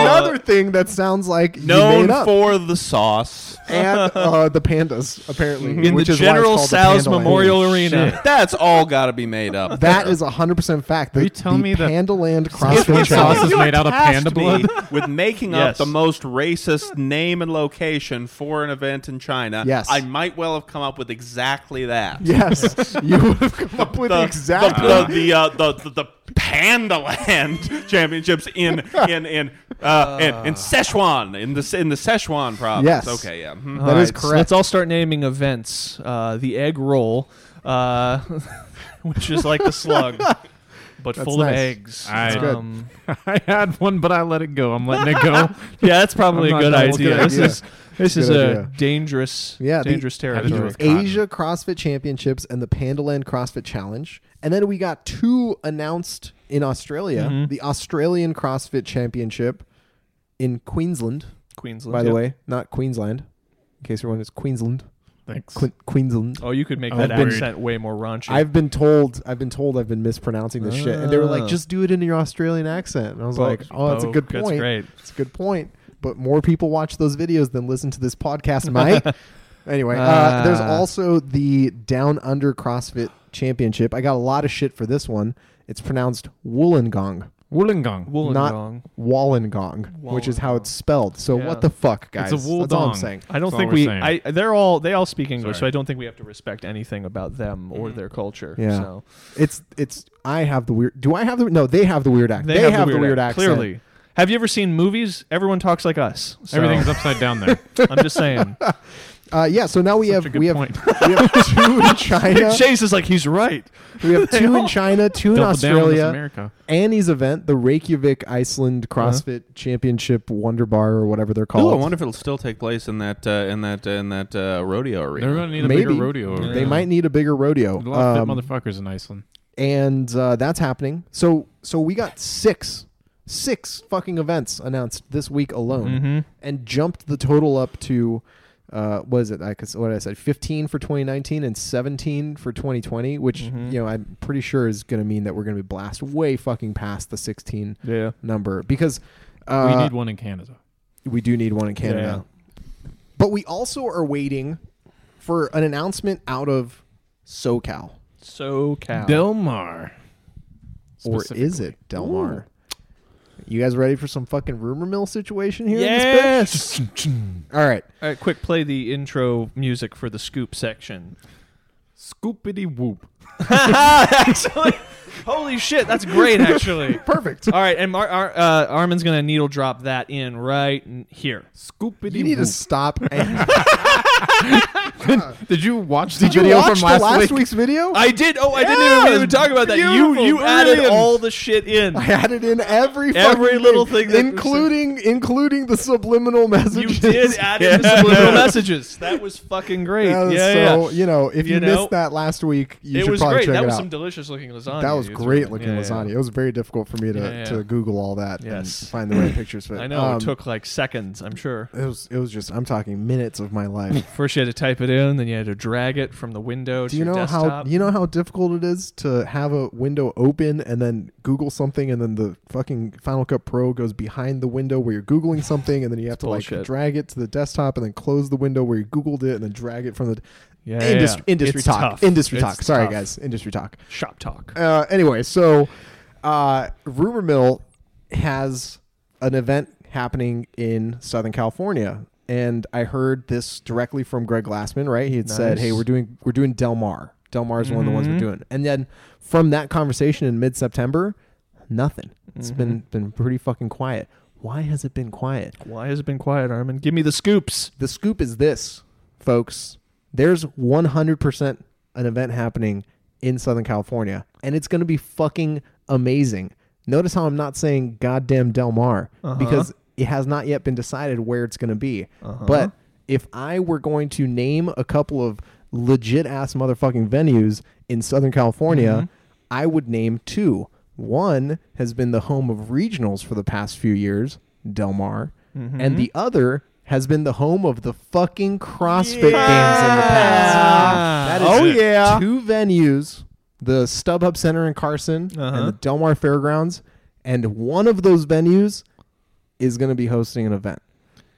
another thing that sounds like you made Known up. for the sauce. and (laughs) uh, the pandas apparently in the which is why it's General called the Sows Pandaland. Memorial Arena. That's all got to be made up. That there. is hundred percent fact. The, you telling the me that- Pandaland Excuse me, CrossFit sauce Challenge. is made out of tasked panda me blood? with making Yes. up the most racist name and location for an event in China. Yes. I might well have come up with exactly that. Yes, (laughs) you would have come up with The, exactly. the the the, uh, the, the, the Pandaland (laughs) Championships in in in uh, in, in Sichuan in the in the Sichuan province. Ah. Yes. Okay. Yeah. mhm. That is All so correct. let's all start naming events. Uh, the egg roll, uh, (laughs) which is like (laughs) the slug, but full nice. of eggs. Um, That's good. I had one, but I let it go. I'm letting (laughs) it go. yeah, that's probably a I'm not- good no, idea. it's a good This idea. is this is Good a idea. dangerous, yeah, the- dangerous territory. dangerous. The Asia CrossFit Championships and the Pandaland CrossFit Challenge, and then we got two announced in Australia: the Australian CrossFit Championship in Queensland, Queensland, by the yeah. way, not Queensland. In case everyone is Queensland, Thanks. Que- Queensland. Oh, you could make Oh, that agreed. accent way more raunchy. I've been told, I've been told, I've been mispronouncing this shit, and they were like, Oh. "Just do it in your Australian accent," and I was Bo- like, "Oh, that's a bo- good that's point. great. It's a good point." But more people watch those videos than listen to this podcast, Mike. anyway, uh, Ah. there's also the Down Under CrossFit Championship. I got a lot of shit for this one. It's pronounced Wollongong, Wollongong. not Wollongong. Wollongong, which is how it's spelled. So Yeah. what the fuck, It's guys? a That's all I'm Wooldong. saying. I don't That's all think we're we. saying. I, they're all. They all speak English, Sorry. Mm-hmm. so I don't think we have to respect anything about them or their culture. Yeah. So. It's it's. I have the weird. Do I have the? No, they have the weird act. They, have, the weird act, accent. Clearly, have you ever seen movies? Everyone talks like us. So Everything's upside down (laughs) there. (laughs) I'm just saying. Uh, yeah. So now we Such a have good we have (laughs) point. we have two in China. Chase is like, he's right. We have two (laughs) in all- China, two in Double down on this Australia. America. Uh-huh. Annie's event, the Reykjavik Iceland CrossFit Championship Wonder Bar or whatever they're Ooh, I called. wonder if it'll still take place in that uh, in that in that uh, rodeo They're arena. going to need a Maybe bigger rodeo. over They there. might need a bigger rodeo. A lot of Um, fit motherfuckers in Iceland. and uh, that's happening. So so we got six six fucking events announced this week alone, Mm-hmm. and jumped the total up to. Uh, what is it? I could, what I said, fifteen for twenty nineteen and seventeen for twenty twenty, which Mm-hmm. you know I'm pretty sure is going to mean that we're going to be blast way fucking past the sixteen Yeah. number because We uh, need one in Canada. we do need one in Canada. But we also are waiting for an announcement out of SoCal. So uh, cow. Delmar. Or is it Delmar? You guys ready for some fucking rumor mill situation here? in this Yes. bitch? All right. All right, quick, play the intro music for the scoop section. Scoopity whoop. (laughs) actually, holy shit, that's great. (laughs) Actually, Perfect. all right, and Mar- Ar- uh, Armin's gonna needle drop that in right n- here. (laughs) (laughs) Scoopity You need to whoop. stop and Did you watch the Did you video watch from last, the last week? week's video? (laughs) I did. Oh, I didn't even, Yes, even talk about that. You beautiful, you added brilliant. all the shit in. I added in every Every fucking little thing that- including including the subliminal (laughs) You messages. did add in (laughs) the subliminal messages. That was fucking great. Yeah, Yeah, so yeah. you know, if you, You know, missed that last week, you it should was probably great. check That it was out. some delicious looking lasagna. that was It's great right. looking Yeah, yeah. lasagna. It was very difficult for me to, Yeah, yeah. to Google all that Yes. and find the (clears throat) right pictures for it. I know Um, uh, it took like seconds. I'm sure. It was it was just I'm talking minutes of my (laughs) life. First you had to type it in, then you had to drag it from the window Do to you your know how desktop. you know how difficult it is to have a window open and then Google something and then the fucking Final Cut Pro goes behind the window where you're googling something and then you have to like bullshit. drag it to the desktop and then close the window where you googled it and then drag it from the Yeah, Indus- yeah. industry It's talk tough. industry It's talk sorry tough. guys industry talk Shop talk. uh, anyway, so uh, Rumor Mill has an event happening in Southern California, and I heard this directly from Greg Glassman. Right, he had said, Nice. "Hey, we're doing we're doing Del Mar. Del Mar is one of the ones we're doing." And then from that conversation in mid September, nothing. It's been been pretty fucking quiet. Why has it been quiet? Why has it been quiet, Armin? Give me the scoops. The scoop is this, folks. There's 100% an event happening in Southern California, and it's going to be fucking amazing. Notice how I'm not saying goddamn Del Mar because it has not yet been decided where it's going to be. But if I were going to name a couple of legit ass motherfucking venues in Southern California, I would name two. One has been the home of regionals for the past few years, Del Mar, Mm-hmm. and the other has been the home of the fucking CrossFit games in the past. That is Oh, yeah. two venues, the StubHub Center in Carson Uh-huh. and the Del Mar Fairgrounds, and one of those venues is going to be hosting an event.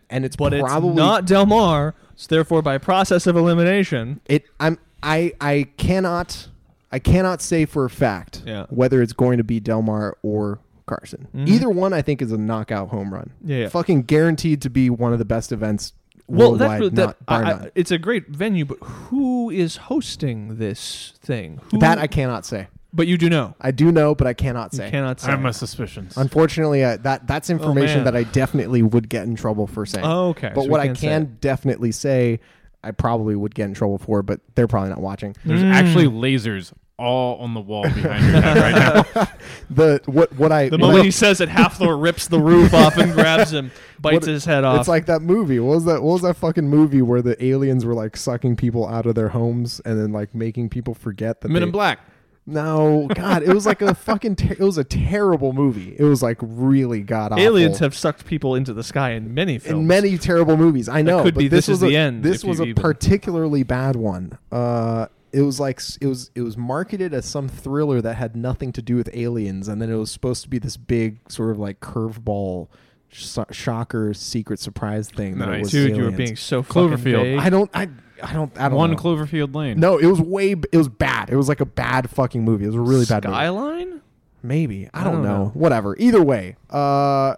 And it's But probably it's not Del Mar, so therefore by process of elimination, it i'm i i cannot i cannot say for a fact Yeah. Mm-hmm. whether it's going to be delmar or carson either one i think is a knockout home run Yeah, yeah. fucking guaranteed to be one of the best events well, worldwide that's really, that, not, bar I- I- none. it's a great venue, but who is hosting this thing? Who, that i cannot say but you do know. i do know but i cannot say You cannot say. I have my suspicions. Unfortunately, uh, that that's information man. that I definitely would get in trouble for saying. Oh, okay. But So we what I can't say can it. definitely say, I probably would get in trouble for. But they're probably not watching. (laughs) Mm-hmm. There's actually lasers all on the wall behind your head right now. The what what I the what I- moment he says it, Halflor rips the roof off and grabs him, bites (laughs) What- his head off. It's like that movie. What was that? What was that fucking movie where the aliens were like sucking people out of their homes and then like making people forget that Men they- in Black. No, God, it was like a fucking. Ter- it was a terrible movie. It was like really god awful. aliens have sucked people into the sky in many films. in many terrible movies. I know. could but be this, This Is was the a, End, This if was you a even- particularly bad one. Uh, it was like s- it was it was marketed as some thriller that had nothing to do with aliens, and then it was supposed to be this big sort of like curveball, sh- shocker, secret surprise thing. That it Nice. was Dude, you were aliens. being so fucking Cloverfield. vague. I don't. I. I don't. I don't. (laughs) One know. Cloverfield Lane. No, it was way. b- It was bad. It was like a bad fucking movie. It was a really bad movie. Skyline? Maybe I, don't, don't know. know. Whatever. Either way, uh,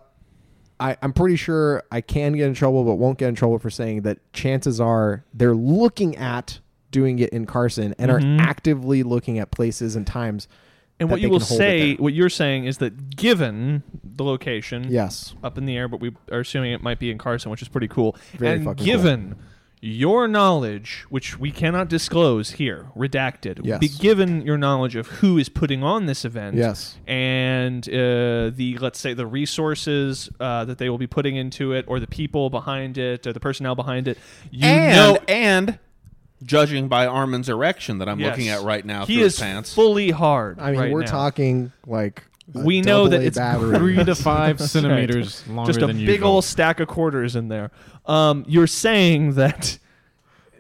I I'm pretty sure I can get in trouble, but won't get in trouble for saying that. Chances are they're looking at doing it in Carson and are actively looking at places and times. Mm-hmm. And that what you they will can hold it say, there. what you're saying is that given the location, Yes. up in the air, but we are assuming it might be in Carson, which is pretty cool. Very and fucking given your knowledge, which we cannot disclose here, redacted, Yes. be given your knowledge of who is putting on this event, Yes. and uh, the let's say the resources uh, that they will be putting into it, or the people behind it, or the personnel behind it, you and, know. and judging by Armin's erection that I'm Yes. looking at right now he through is his pants. fully hard. I mean, right we're now. talking like a We know that AA it's battery. Three (laughs) to five centimeters longer just a than big usual. old stack of quarters in there. Um, you're saying that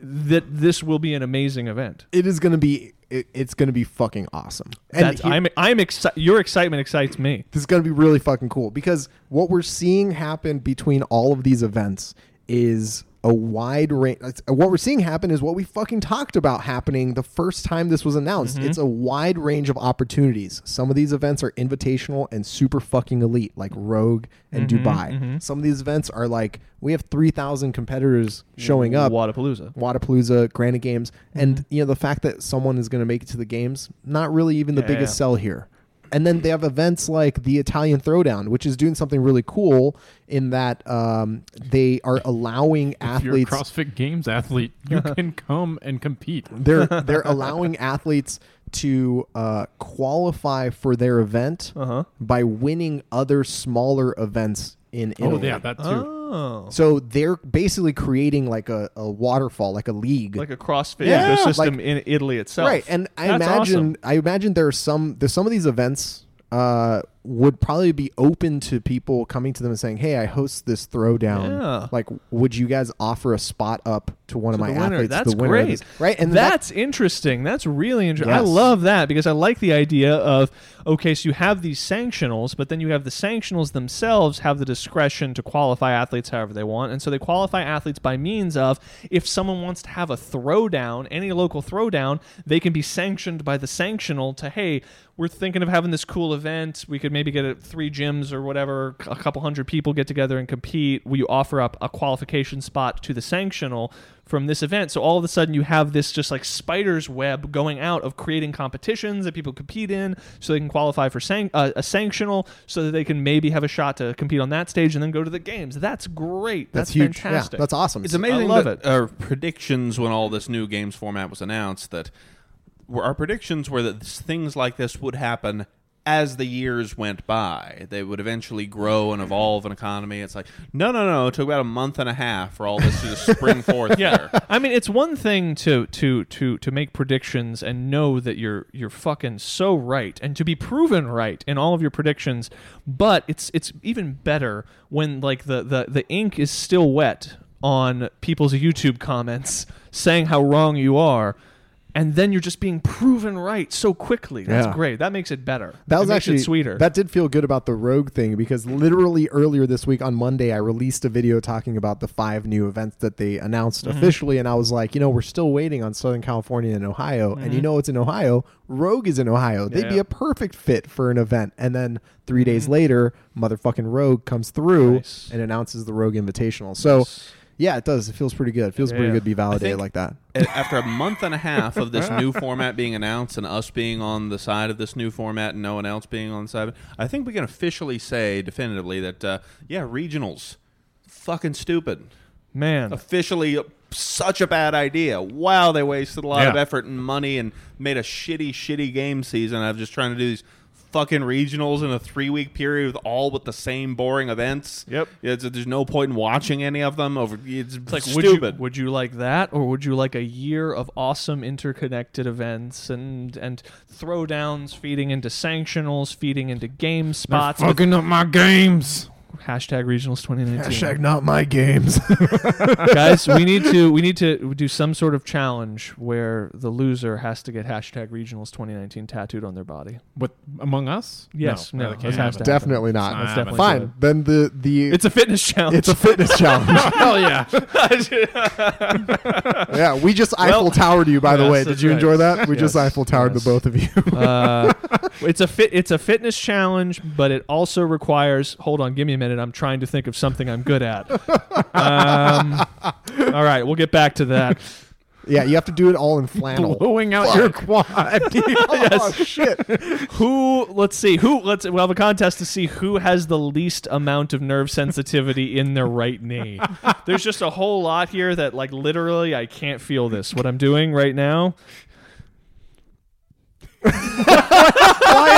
that this will be an amazing event. (laughs) it is going to be. It, it's going to be fucking awesome. And That's, he- I'm I'm excited. Your excitement excites me. this is going to be really fucking cool because what we're seeing happen between all of these events is a wide range. it's- uh, What we're seeing happen is what we fucking talked about happening the first time this was announced. It's a wide range of opportunities. Some of these events are invitational and super fucking elite, like Rogue and Dubai. Some of these events are like we have three thousand competitors showing up. Wadapalooza. Wadapalooza, Granite Mm-hmm. Games, and you know the fact that someone is going to make it to the games, not really even the Yeah, biggest yeah. sell here. And then they have events like the Italian Throwdown, which is doing something really cool in that um, they are allowing (laughs) If you're a athletes CrossFit Games athlete, (laughs) you can come and compete. (laughs) they're (laughs) they're allowing athletes to uh, qualify for their event Uh-huh. by winning other smaller events in Oh, Italy. yeah, that too. Oh, so they're basically creating like a, a waterfall, like a league. like a CrossFit Yeah, ecosystem like- in Italy itself. Right, and I That's imagine awesome. I imagine there are some there's some of these events uh, would probably be open to people coming to them and saying, "Hey, I host this throwdown. Yeah. Like, would you guys offer a spot up to one of my the winner. athletes? That's the winner of great. this?" right? And that- that's interesting. That's really interesting. I Yes. love that because I like the idea of okay, so you have these sanctionals, but then you have the sanctionals themselves have the discretion to qualify athletes however they want, and so they qualify athletes by means of if someone wants to have a throwdown, any local throwdown, they can be sanctioned by the sanctional to hey, we're thinking of having this cool event. We could maybe get a, three gyms or whatever, a couple hundred people get together and compete. We offer up a qualification spot to the sanctional from this event. So all of a sudden you have this just like spider's web going out of creating competitions that people compete in so they can qualify for san- uh, a sanctional so that they can maybe have a shot to compete on that stage and then go to the games. That's great. That's, that's huge. fantastic. Yeah, that's awesome. It's amazing. I love that it. Our predictions when all this new games format was announced that were our predictions were that s- things like this would happen as the years went by. They would eventually grow and evolve an economy. It's like no, no, no. It took about a month and a half for all this to just (laughs) spring forth. yeah. there. I mean, it's one thing to to to to make predictions and know that you're you're fucking so right and to be proven right in all of your predictions, but it's it's even better when like the the the ink is still wet on people's YouTube comments (laughs) saying how wrong you are. And then you're just being proven right so quickly. That's Yeah. great. That makes it better. That It was makes actually it sweeter. That did feel good about the Rogue thing because literally earlier this week on Monday, I released a video talking about the five new events that they announced Mm-hmm. officially, and I was like, you know, we're still waiting on Southern California and Ohio, and you know, it's in Ohio. Rogue is in Ohio. They'd be Mm-hmm. Yeah. Mm-hmm. a perfect fit for an event. And then 3 days later, motherfucking Rogue comes through Nice. and announces the Rogue Invitational. So. Yeah, it does. It feels pretty good. It feels pretty Yeah. good to be validated think- like that. A- After a month and a half of this (laughs) new format being announced and us being on the side of this new format and no one else being on the side of it, I think we can officially say definitively that, uh, yeah, regionals, fucking stupid. Man. officially such a bad idea. Wow, they wasted a lot of Yeah. effort and money and made a shitty, shitty game season out of just trying to do these fucking regionals in a three week period with all with the same boring events. Yep. It's, there's no point in watching any of them. Over, it's, It's like stupid. Would you, would you like that, or would you like a year of awesome interconnected events and and throwdowns feeding into sanctionals, feeding into game They're spots? with fucking up my games. hashtag regionals (laughs) 2019. not my games. Guys, we need to we need (laughs) to do some sort of challenge where the loser has to get hashtag regionals 2019 tattooed on their body. What among us? Yes, no, let's that can't hashtag. happen. (laughs) Definitely not. That's definitely Fine. good. Then the the It's a fitness challenge. (laughs) It's a fitness challenge. Hell yeah! (laughs) (laughs) yeah, we just Eiffel Towered you, by the yes, way. Did that's you right. enjoy that? We just Yes, Eiffel Towered yes. the both of (laughs) you. uh, it's a fit. It's a fitness challenge, but it also requires. Hold on, give me a minute. I'm trying to think of something I'm good at. Um, all right, we'll get back to that. yeah, you have to do it all in flannel. Blowing out (laughs) your quad. (laughs) oh, shit. Who? Let's see. Who? Let's. We'll have a contest to see who has the least amount of nerve sensitivity in their right knee. There's just a whole lot here that, like, literally, I can't feel this. What I'm doing right now. Why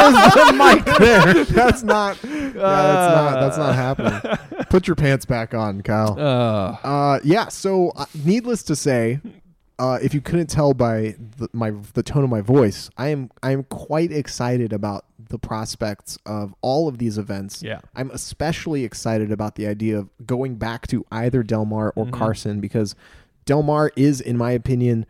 is the mic (laughs) there? That's not, yeah, that's not, that's not happening. Put your pants back on, Kyle. Uh, Uh, yeah. So, uh, needless to say, uh, if you couldn't tell by the, my the tone of my voice, I am I am quite excited about the prospects of all of these events. Yeah. I'm especially excited about the idea of going back to either Del Mar or Carson because Del Mar is, in my opinion,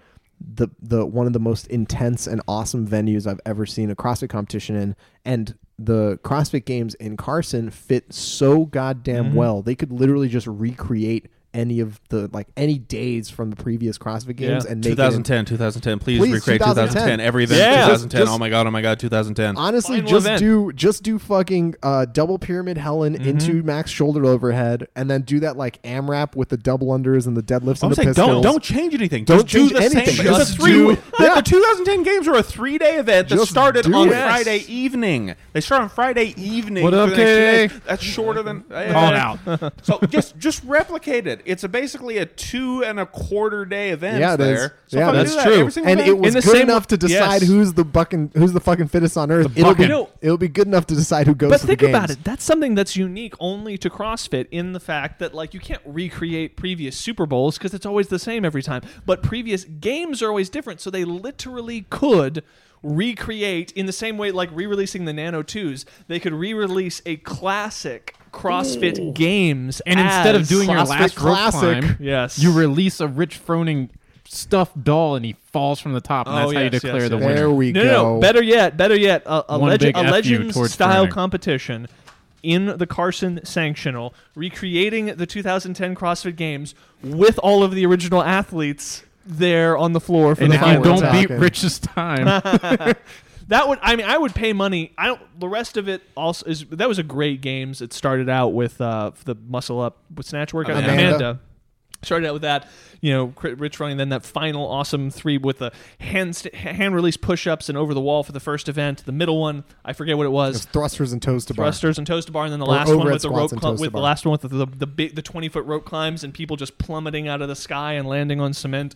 the the one of the most intense and awesome venues I've ever seen a CrossFit competition in, and the CrossFit Games in Carson fit so goddamn well. They could literally just recreate any of the like any days from the previous CrossFit games Yeah. and make it. 2010, 2010. Please, Please, recreate 2010. 2010. Every event Yeah. 2010. Just- oh my god, oh my god, 2010. Honestly, Final just event. Mm-hmm. do just do fucking uh, double pyramid Helen into max shoulder overhead, and then do that like AMRAP with the double unders and the deadlifts I'm and the saying pistols. don't don't change anything. Don't Just change do the anything. Same. Just Just the three. do- the, Yeah. the 2010 games were a three day event that Just started do on it. Friday evening. They start on Friday evening. What for up, the next two days. KK? That's shorter than Call it out. (laughs) so just just replicate it. It's a basically a two and a quarter day event. Yeah, it there. is. So Yeah, fucking it do is. that True. every single and day. it was the good same- enough to decide yes. who's the fucking who's the fucking fittest on earth. It'll be bucket. No. it'll be good enough to decide who goes. But to think the games. about it. That's something that's unique only to CrossFit in the fact that like you can't recreate previous Super Bowls because it's always the same every time. But previous games are always different, so they literally could recreate in the same way like re-releasing the Nano 2s, they could re-release a classic CrossFit games And instead of as- doing your CrossFit last Classic. rope climb, Yes. you release a Rich Froning stuffed doll and he falls from the top, and Oh, that's how you yes, declare yes, the yes. winner. There we no, go. no, no, better yet, better yet, a, a, One legend, big a F you legends towards style Fernie. competition in the Carson sanctional, recreating the 2010 CrossFit Games with all of the original athletes there on the floor for and the if you final finals. don't attack. beat Rich's (laughs) time, That would I mean I would pay money. I don't the rest of it also is that was a great games. It started out with uh the muscle up with snatch workout Amanda. Amanda. Started out with that, you know, cr- Rich running, then that final awesome three with the hand st- hand release push ups and over the wall for the first event. The middle one, I forget what it was, It's thrusters and toes to bar. thrusters and toes to bar, and then the Or last one overhead with the rope squats and cl- toes to with the bar. last one with the the, the, big, the twenty foot rope climbs and people just plummeting out of the sky and landing on cement.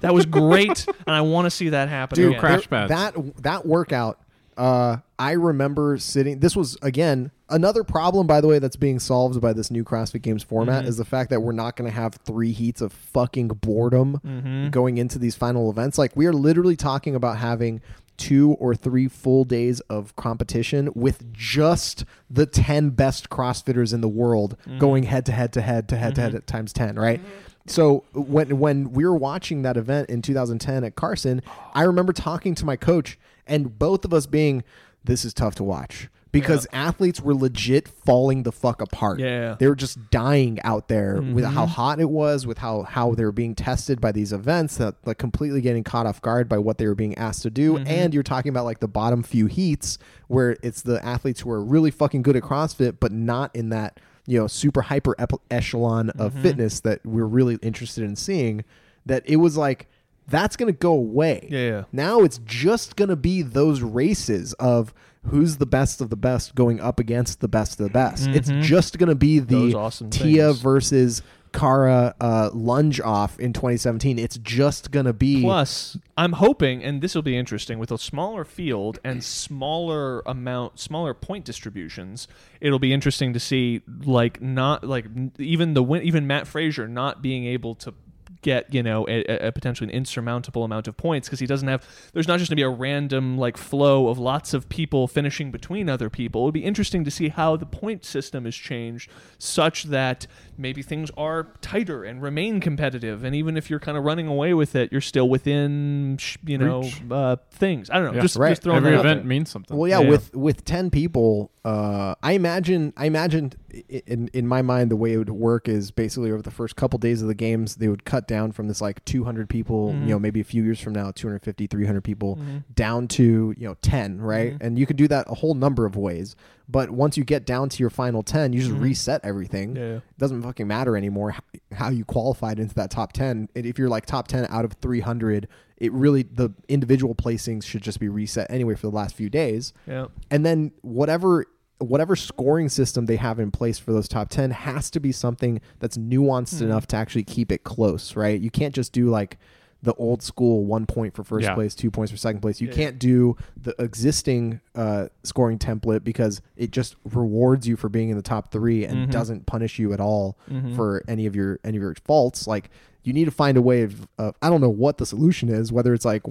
That was great, (laughs) and I want to see that happen. Dude, again. crash there- pads. That that workout, uh, I remember sitting. This was again another problem, by the way, that's being solved by this new CrossFit Games Mm-hmm. format is the fact that we're not going to have three heats of fucking boredom Mm-hmm. going into these final events. Like we are literally talking about having two or three full days of competition with just the 10 best crossfitters in the world going head to head to head to head to head at times 10 right so when when we were watching that event in 2010 at Carson, I remember talking to my coach and both of us being, "This is tough to watch." Because athletes were legit falling the fuck apart. Yeah. They were just dying out there with how Mm-hmm. hot it was, with how how they were being tested by these events, that like completely getting caught off guard by what they were being asked to Mm-hmm. do. And you're talking about like the bottom few heats where it's the athletes who are really fucking good at CrossFit, but not in that you know super hyper ep- echelon of Mm-hmm. fitness that we're really interested in seeing that it was like that's going to go away Yeah, yeah. now it's just going to be those races of who's the best of the best going up against the best of the best it's Mm-hmm. just going to be the Those awesome tia things. versus Kara uh, lunge off in 2017. It's just gonna be Plus, I'm hoping, and this will be interesting, with a smaller field and smaller amount, smaller point distributions, it'll be interesting to see, like not like n- even the win, even Matt Frazier not being able to get you know a, a- a potentially an insurmountable amount of points because he doesn't have. There's not just gonna be a random like flow of lots of people finishing between other people. It'll be interesting to see how the point system is changed such that maybe things are tighter and remain competitive. And even if you're kind of running away with it, you're still within, sh- you know, Reach. uh, things. I don't know. Yeah, just, right. just throwing every that out event there. means something. Well, yeah, Yeah. with with ten people, uh, I imagine I imagined i- in in my mind the way it would work is basically over the first couple days of the games they would cut down from this like 200 people, Mm-hmm. you know, maybe a few years from now 250, 300 people down to you know 10, right? Mm-hmm. And you could do that a whole number of ways. But once you get down to your final 10, you just Mm-hmm. reset everything. Yeah. It doesn't fucking matter anymore h- how you qualified into that top 10. And if you're like top 10 out of 300, it really, the individual placings should just be reset anyway for the last few days. Yeah. And then whatever whatever scoring system they have in place for those top 10 has to be something that's nuanced enough to actually keep it close, right? You can't just do like the old school one point for first Yeah. place, two points for second place. You can't do the existing uh, scoring template because it just rewards you for being in the top three and doesn't punish you at all for any of your any of your faults. Like you need to find a way of, of I don't know what the solution is, whether it's like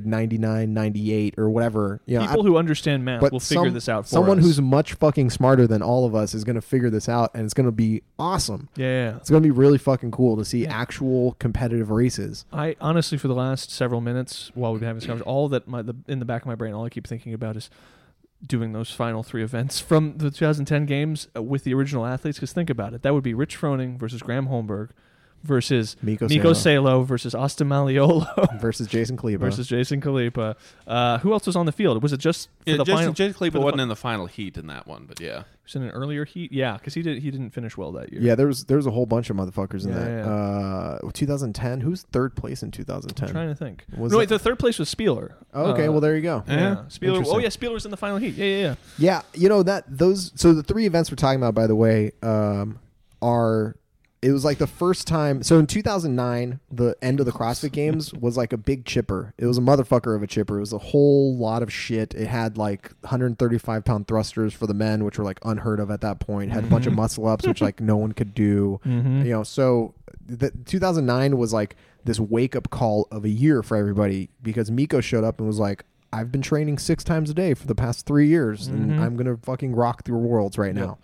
199, 98 or whatever. You know, I- People who understand math but will figure some- this out for someone us. who's much fucking smarter than all of us is going to figure this out and it's going to be awesome yeah. it's going to be really fucking cool to see actual competitive races I honestly, for the last several minutes while we've been having this conversation, all that my, the, in the back of my brain, all I keep thinking about is doing those final three events (laughs) from the 2010 games uh, with the original athletes. Because think about it, that would be Rich Froning versus Graham Holmberg versus Miko Miko Salo versus Austin Maliolo (laughs) versus Jason Kleba. versus Jason Kalipa. Uh, who else was on the field? Was it just for Yeah, the Jason, final? Jason Kleba for the wasn't fi- in the final heat in that one, but yeah. was in an earlier heat. Yeah, because he did. He didn't finish well that year. yeah, there was there was a whole bunch of motherfuckers in Yeah, that. yeah. Uh, 2010. Who's third place in I'm 2010? trying to think. Was no, it- wait, the third place was Spieler. Oh, okay, Uh, well there you go. yeah, Spieler. Oh Interesting. yeah, Spieler was in the final heat. Yeah, yeah, yeah. Yeah, you know that those so the three events we're talking about by the way um are it was like the first time so in 2009 the end of the CrossFit games was like a big chipper. It was a motherfucker of a chipper. It was a whole lot of shit. It had like 135 pound thrusters for the men which were like unheard of at that point. Had a bunch of muscle ups which like no one could do. You know, so the 2009 was like this wake up call of a year for everybody because Miko showed up and was like I've been training six times a day for the past three years, and I'm gonna fucking rock the worlds right now.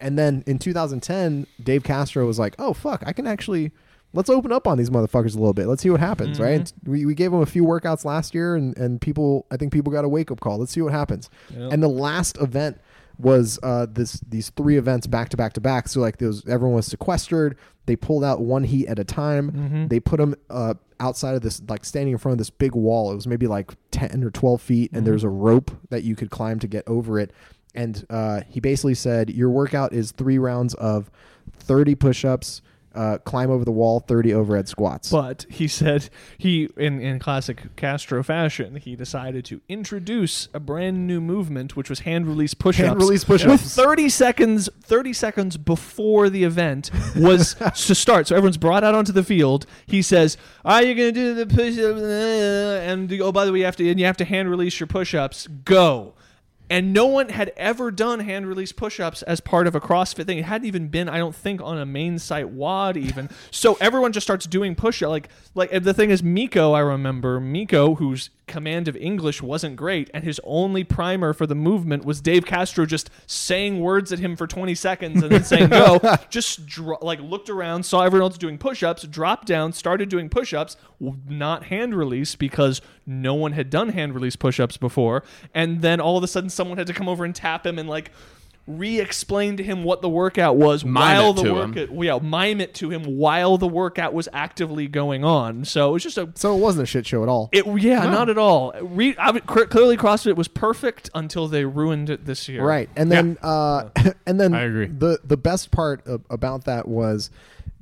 And then in 2010, Dave Castro was like, "Oh fuck, I can actually let's open up on these motherfuckers a little bit. Let's see what happens." Right? We, we gave him a few workouts last year, and and people, I think people got a wake up call. Let's see what happens. And the last event was uh, this these three events back to back to back. So like those everyone was sequestered. They pulled out one heat at a time. They put them uh, outside of this like standing in front of this big wall. It was maybe like ten or twelve feet, and there's a rope that you could climb to get over it. And uh, he basically said, "Your workout is three rounds of thirty push-ups." Uh, climb over the wall, thirty overhead squats. But he said he, in, in classic Castro fashion, he decided to introduce a brand new movement, which was hand release push ups. Hand-release push-ups. With 30 seconds, 30 seconds before the event was to start. So everyone's brought out onto the field. He says, All right, you're going to do the push up. And oh, by the way, you have to, and you have to hand release your push ups. Go. And no one had ever done hand release push ups as part of a CrossFit thing. It hadn't even been, I don't think, on a main site WAD even. so everyone just starts doing push up. Like, like and the thing is, Miko, I remember, Miko, whose command of English wasn't great, and his only primer for the movement was Dave Castro just saying words at him for 20 seconds and then (laughs) saying go. Just dro- like looked around, saw everyone else doing push ups, dropped down, started doing push ups, not hand release because no one had done hand release push ups before. And then all of a sudden, someone had to come over and tap him and like re-explain to him what the workout was Mime while it the to workout him. yeah, mime it to him while the workout was actively going on. So it was just a so it wasn't a shit show at all. it yeah, not at all. Re, I would, cr- clearly CrossFit was perfect until they ruined it this year. Right. And then uh (laughs) and then I agree. the the best part of, about that was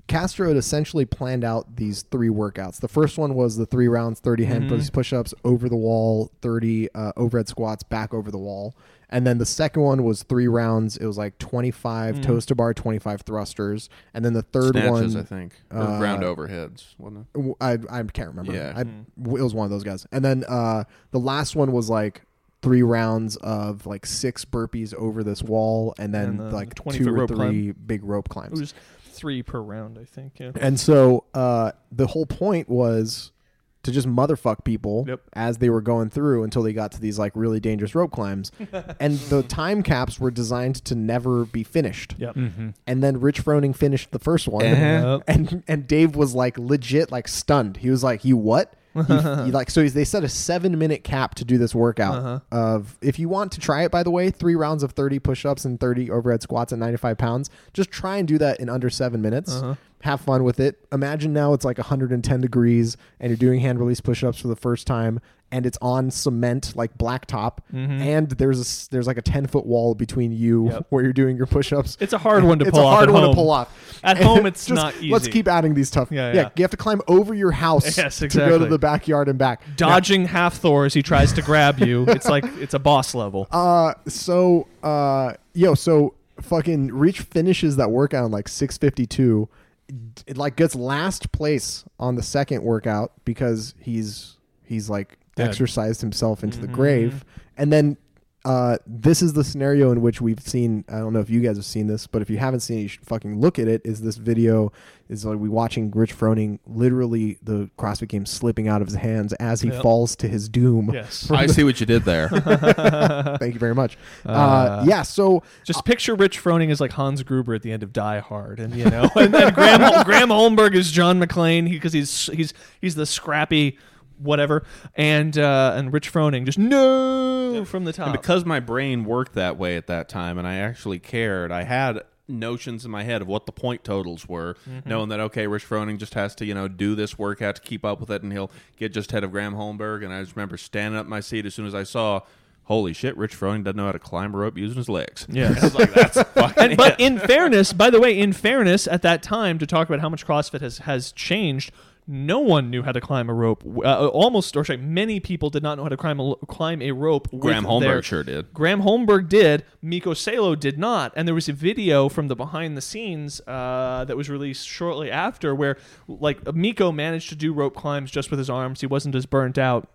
Castro had essentially planned out these three workouts. The first one was the three rounds, 30 hand Mm-hmm. push ups over the wall, 30 uh, overhead squats back over the wall. And then the second one was three rounds. It was like 25 Mm. toes to bar, 25 thrusters. And then the third Snatches, one, Uh, I think. Or round overheads, wasn't it? w- I, I can't remember. Yeah. I, Hmm. It was one of those guys. And then uh, the last one was like three rounds of like six burpees over this wall, and then And, uh, like 20 two foot or rope three climb. big rope It climbs. was three per round, I think. Yeah. And so uh, the whole point was to just motherfuck people Yep. as they were going through until they got to these like really dangerous rope (laughs) climbs. and the time caps were designed to never be finished. Yep. And then Rich Froning finished the first one, Uh-huh. and and Dave was like legit like stunned. He was like, "You what?" He, he, like so they set a seven minute cap to do this workout of if you want to try it. By the way, three rounds of thirty push ups and thirty overhead squats at ninety five pounds. Just try and do that in under seven minutes. Have fun with it. Imagine now it's like 110 degrees and you're doing hand release push ups for the first time and it's on cement like blacktop and there's a s- there's like a 10 foot wall between you Yep. (laughs) where you're doing your push ups It's a hard one to it's pull a off hard at one home. to pull off. (laughs) At And home, it's just- not Let's easy. keep adding these tough. Yeah, Yeah, yeah. You have to climb over your house (laughs) Yes, to go exactly. to the backyard and back. Dodging half Thor as he tries to (laughs) grab you. It's like it's a boss level. Uh, so, uh, yo, so fucking Reach finishes that workout in like six fifty two. It like gets last place on the second workout because he's he's like Dead. exercised himself into the grave, and then. Uh, this is the scenario in which we've seen. I don't know if you guys have seen this, but if you haven't seen it, you should fucking look at it. Is this video? Is like we watching Rich Froning literally the CrossFit game slipping out of his hands as he Yep. falls to his doom. Yes. I see what you (laughs) did there. Thank you very much. Uh, uh yeah. So Just picture Rich Froning as like Hans Gruber at the end of Die Hard, and you know, and then Graham, Graham Holmberg is John McClane because he's he's he's the scrappy whatever, and uh, and Rich Froning just no from the top. And because my brain worked that way at that time and I actually cared, I had notions in my head of what the point totals were, Mm-hmm. knowing that okay, Rich Froning just has to, you know, do this workout to keep up with it and he'll get just ahead of Graham Holmberg and I just remember standing up in my seat as soon as I saw Holy shit, Rich Froning doesn't know how to climb a rope using his legs. (laughs) Yes. I was like, that's fucking (laughs) and, but in fairness, by the way, in fairness, at that time to talk about how much CrossFit has has changed, no one knew how to climb a rope. Uh, almost, or sorry, many people did not know how to climb a climb a rope. with Graham Holmberg their- sure did. Graham Holmberg did. Miko Salo did not. And there was a video from the behind the scenes uh, that was released shortly after where, like, Miko managed to do rope climbs just with his arms. He wasn't as burnt out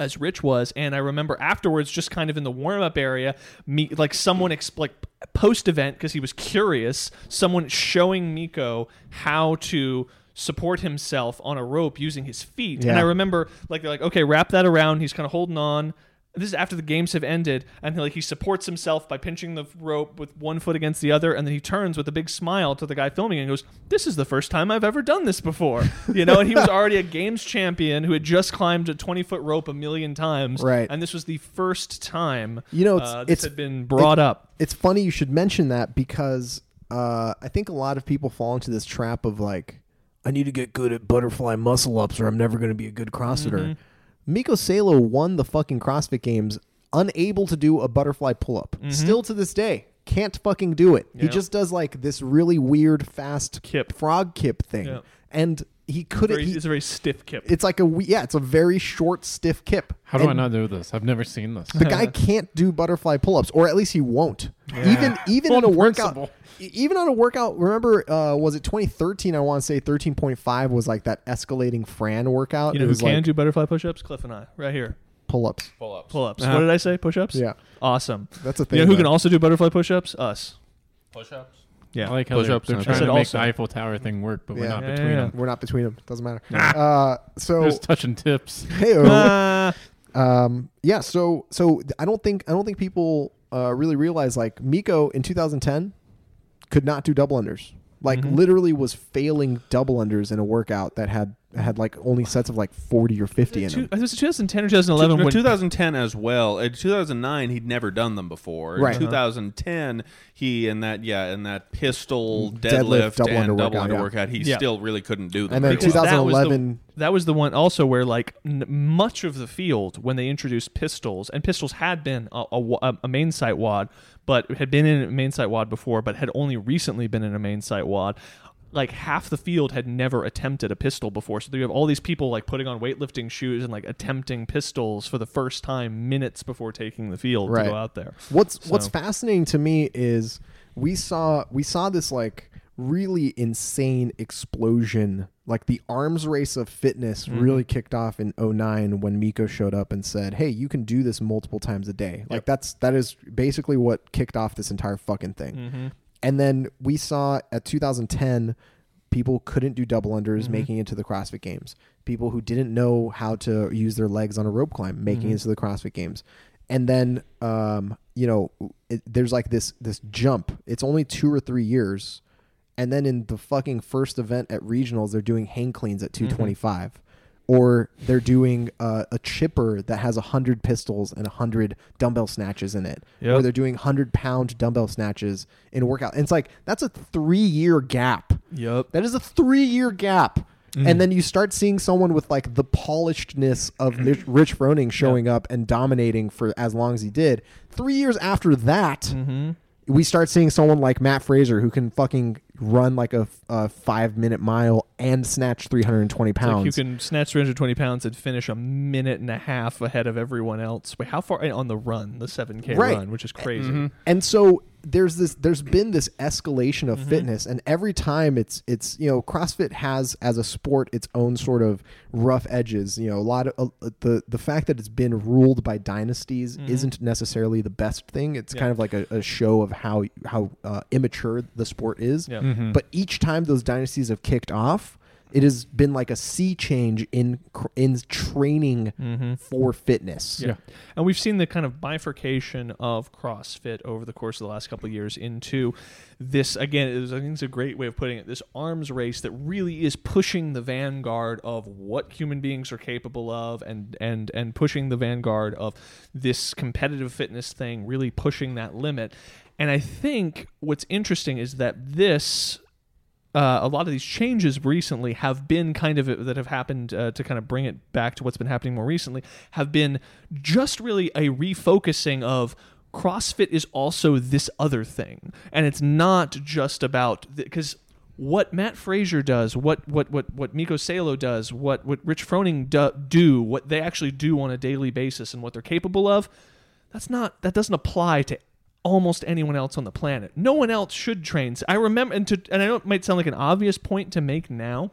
as Rich was. And I remember afterwards, just kind of in the warm up area, me like someone ex- like post event because he was curious. Someone showing Miko how to support himself on a rope using his feet. And Yeah. I remember like they're like, okay, wrap that around. He's kind of holding on. This is after the games have ended, and he, like he supports himself by pinching the rope with one foot against the other, and then he turns with a big smile to the guy filming and goes, "This is the first time I've ever done this before." You know, and he was already a games champion who had just climbed a twenty foot rope a million times, Right. And this was the first time You know, it's- uh, this it's- had been brought up. it's funny you should mention that because uh, I think a lot of people fall into this trap of like, I need to get good at butterfly muscle ups or I'm never going to be a good CrossFitter. Mm-hmm. Miko Salo won the fucking CrossFit games, unable to do a butterfly pull up. Mm-hmm. Still to this day, can't fucking do it. He Yeah. just does like this really weird fast Kip. frog kip thing, Yeah. and he couldn't. Very, he- it's a very stiff kip. it's like a we- yeah, it's a very short, stiff kip. How do I And- not know this? I've never seen this. the (laughs) guy can't do butterfly pull-ups or at least he won't even even Well, in a in workout principle. e- even on a workout remember uh, was it 2013 i want to say 13.5 was like that escalating fran workout you know it who was can like do butterfly push ups? Cliff and I, right here. pull-ups Pull ups. What did I say? Push ups. Uh-huh. Yeah. Awesome. That's a You thing, know who though. can also do butterfly push ups? Us. push ups. Yeah. I like how they're, Push-ups they're and trying to everything. make Also- the Eiffel Tower thing work, but we're Yeah. not Yeah, between yeah, them. we're not between them doesn't matter uh, They're so just touching (laughs) tips. hey Ah. um, yeah so so i don't think i don't think people uh, really realize like miko in 2010 could not do double unders like literally was failing double unders in a workout that had had like only sets of like 40 or 50 in Two, them it was 2010 or 2011 No, when 2010 as well. In 2009, he'd never done them before. Right. In Uh-huh. 2010, he in that yeah in that pistol Deadlift, deadlift, double and under double workout, under yeah. workout, he Yeah. still really couldn't do them. And then very well. 2000 that was the- 2011 That was, the, one also where like n- much of the field when they introduced pistols and pistols had been a, a, wa- a- a main site wad, but had been in a main site wad before, but had only recently been in a main site wad. Like half the field had never attempted a pistol before, so you have all these people like putting on weightlifting shoes and like attempting pistols for the first time minutes before taking the field Right. to go out there. What's what's fascinating to me is we saw we saw this like really insane explosion like the arms race of fitness really kicked off in 09 when Miko showed up and said, "Hey, you can do this multiple times a day." Like that's that is basically what kicked off this entire fucking thing. And then we saw at 2010 people couldn't do double unders making it to the CrossFit Games. People who didn't know how to use their legs on a rope climb making it to the CrossFit Games. And then um, you know, it, there's like this this jump. It's only 2 or 3 years. And then in the fucking first event at regionals they're doing hang cleans at 225. Or they're doing uh, a chipper that has 100 pistols and 100 dumbbell snatches in it. Or Yep. they're doing 100 pound dumbbell snatches in a workout. And it's like, that's a three year gap. Yep. Mm. That is a three year gap. And then you start seeing someone with like the polishedness of Mitch- Mm. Rich Froning showing up and dominating for as long as he did. Three years after that, Mm-hmm. we start seeing someone like Matt Fraser who can fucking run like a, a five minute mile and snatch 320 Like you pounds. can snatch 320 pounds and finish a minute and a half ahead of everyone else. Wait, how far eh, on the run, the Right. 7K Eh, mm-hmm. run, which is crazy. and so there's this there's been this escalation of fitness and every time it's it's you know crossfit has as a sport its own sort of rough edges you know a lot of uh, the the fact that it's been ruled by dynasties isn't necessarily the best thing it's kind of like a, a show of how how uh, immature the sport is Yeah. but each time those dynasties have kicked off it has been like a sea change in cr- in training for fitness. Yeah. And we've seen the kind of bifurcation of CrossFit over the course of the last couple of years into this, again, it was, I think it's a great way of putting it, this arms race that really is pushing the vanguard of what human beings are capable of and, and, and pushing the vanguard of this competitive fitness thing, really pushing that limit. And I think what's interesting is that this uh, a lot of these changes recently have been kind of that have happened uh, to kind of bring it back to what's been happening more recently have been just really a refocusing of CrossFit is also this other thing, and it's not just about because. what Matt Frazier does, what what what what Miko Salo does, what what Rich Froning do, do, what they actually do on a daily basis, and what they're capable of, that's not that doesn't apply to almost anyone else on the planet. No one else should train. I remember, and to, and I know it might sound like an obvious point to make now,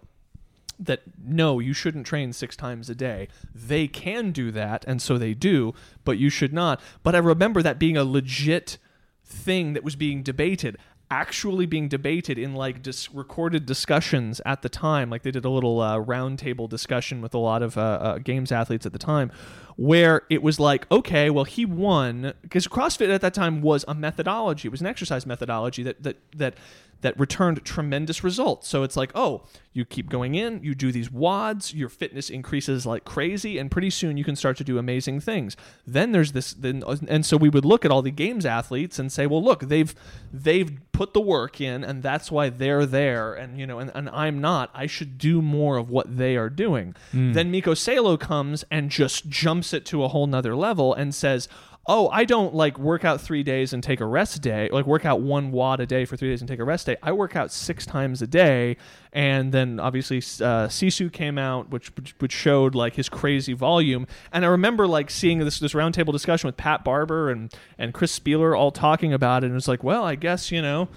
that no, you shouldn't train six times a day. They can do that, and so they do, but you should not. But I remember that being a legit thing that was being debated, actually being debated in like dis- recorded discussions at the time. Like they did a little uh, roundtable discussion with a lot of uh, uh, games athletes at the time, where it was like, okay, well he won because CrossFit at that time was a methodology, it was an exercise methodology that that that that returned tremendous results. So it's like, oh, you keep going in, you do these wads, your fitness increases like crazy, and pretty soon you can start to do amazing things. Then there's this, then, and so we would look at all the games athletes and say, well, look, they've they've put the work in, and that's why they're there, and you know, and, and I'm not. I should do more of what they are doing. Then Miko Salo comes and just jumps it to a whole nother level and says, oh, I don't like work out three days and take a rest day, like work out one wad a day for three days and take a rest day. I work out six times a day. And then obviously uh, Sisu came out, which which showed like his crazy volume. And I remember like seeing this this roundtable discussion with Pat Barber and and Chris Spieler all talking about it. And it's like, well, I guess you know.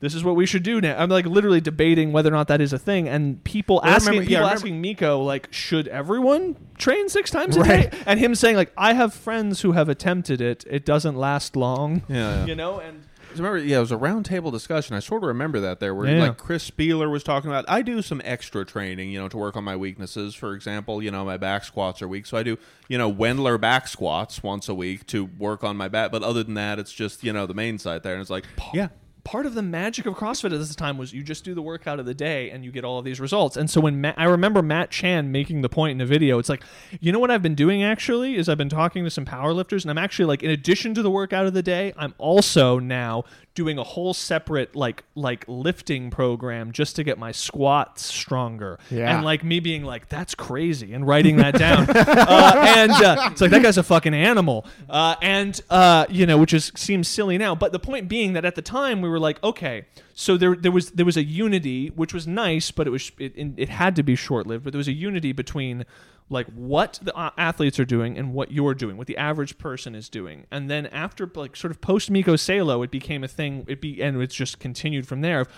This is what we should do now. I'm like literally debating whether or not that is a thing, and people I asking remember- yeah, I people remember- asking Miko like, should everyone train six times a Right. day? and him saying like i have friends who have attempted it it doesn't last long Yeah, yeah. you know and remember, yeah, it was a roundtable discussion. I sort of remember that there, where Yeah. like Chris Spieler was talking about. I do some extra training, you know, to work on my weaknesses. For example, you know, my back squats are weak, so I do, you know, Wendler back squats once a week to work on my back. But other than that, it's just you know the main side there, and it's like, yeah, part of the magic of crossfit at this time was you just do the workout of the day and you get all of these results and so when Matt, i remember matt chan making the point in a video it's like you know what i've been doing actually is i've been talking to some powerlifters and i'm actually like in addition to the workout of the day i'm also now doing a whole separate like like lifting program just to get my squats stronger Yeah. and like me being like that's crazy and writing that down uh, and uh, it's like that guy's a fucking animal uh, and uh, you know which is seems silly now but the point being that at the time we were like okay so there there was there was a unity which was nice but it was it, it had to be short-lived but there was a unity between like what the uh, athletes are doing and what you're doing, what the average person is doing, and then after like sort of post Miko Salo, it became a thing. It be and it's just continued from there. Of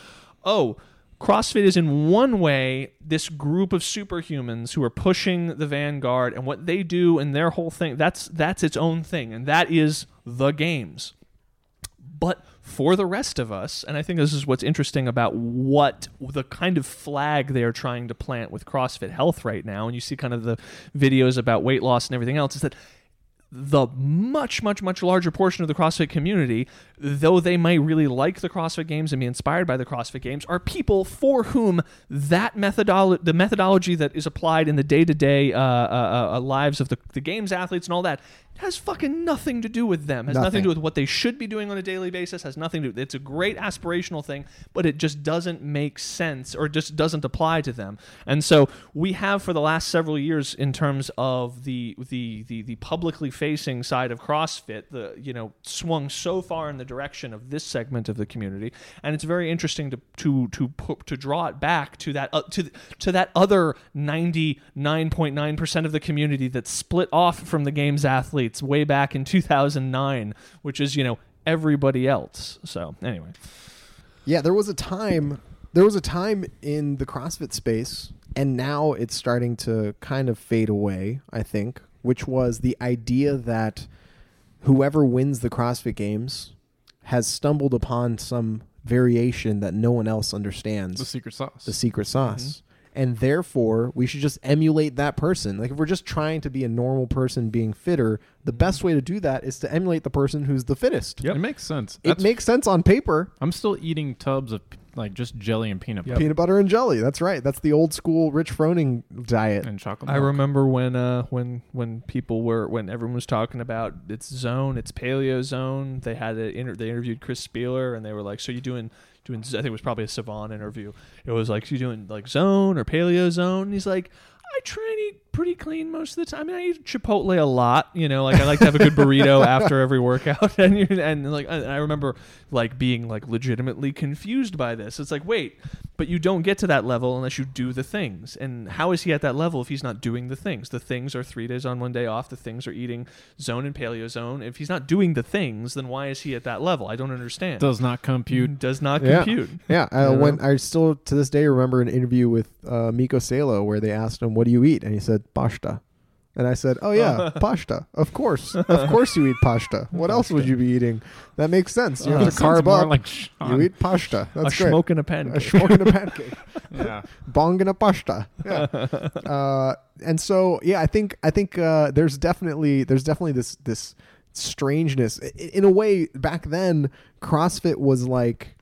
oh, CrossFit is in one way this group of superhumans who are pushing the vanguard, and what they do and their whole thing that's that's its own thing, and that is the games but for the rest of us and i think this is what's interesting about what the kind of flag they are trying to plant with crossfit health right now and you see kind of the videos about weight loss and everything else is that the much much much larger portion of the crossfit community though they may really like the crossfit games and be inspired by the crossfit games are people for whom that methodology the methodology that is applied in the day-to-day uh, uh, uh, lives of the, the games athletes and all that has fucking nothing to do with them has nothing, Nothing. to do with what they should be doing on a daily basis has nothing to it's a great aspirational thing but it just doesn't make sense or just doesn't apply to them and so we have for the last several years in terms of the the the, the publicly facing side of crossfit the you know swung so far in the direction of this segment of the community and it's very interesting to to to pu- to draw it back to that uh, to to that other 99.9% of the community that split off from the games athletes way back in 2009 which is you know everybody else so anyway Yeah, there was a time there was a time in the CrossFit space and now it's starting to kind of fade away, I think, which was the idea that whoever wins the CrossFit games has stumbled upon some variation that no one else understands the Mm-hmm. secret sauce. the secret sauce. and therefore we should just emulate that person. Like if we're just trying to be a normal person being fitter, the best way to do that is to emulate the person who's the fittest. It makes sense. It That's- makes sense on paper. I'm still eating tubs of like just jelly and peanut butter Peanut butter and jelly. That's right. That's the old school Rich Froning diet. and chocolate. I milk. remember when uh, when when people were when everyone was talking about it's zone, it's paleo zone. They had a inter- they interviewed Chris Spieler and they were like, "So you doing doing?" I think it was probably a Savant interview. It was like, "You doing like zone or paleo zone?" And he's like. I try and eat pretty clean most of the time. I mean, I eat Chipotle a lot, you know. Like I like to have a good (laughs) burrito after every workout, (laughs) and you and like I, I remember like being like legitimately confused by this. It's like, wait, but you don't get to that level unless you do the things. And how is he at that level if he's not doing the things? The things are three days on, one day off. The things are eating zone and paleo zone. If he's not doing the things, then why is he at that level? I don't understand. does not compute. Does not Yeah. compute. Yeah, uh, You when know? I still to this day remember an interview with uh, Miko Salo where they asked him, "What do you eat?" and he said, "Pasta." And I said, "Oh yeah, pasta. Of course, of course you eat pasta. What else would you be eating? That makes sense. You Uh, have this to sounds carb more up. like you Sean. eat pasta. That's a great. smoke and a a pancake. schmock and a pancake, yeah. bong and a pasta. Yeah. (laughs) Uh, and so, yeah, I think I think uh, there's definitely there's definitely this this strangeness. I- In a way, back then, CrossFit was like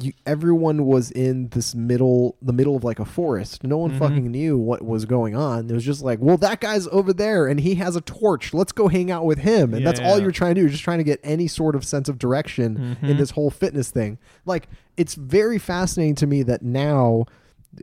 you, everyone was in this middle the middle of like a forest no one fucking knew what was going on it was just like well that guy's over there and he has a torch let's go hang out with him and that's all Yeah. Mm-hmm. you're trying to do you're just trying to get any sort of sense of direction in this whole fitness thing like it's very fascinating to me that now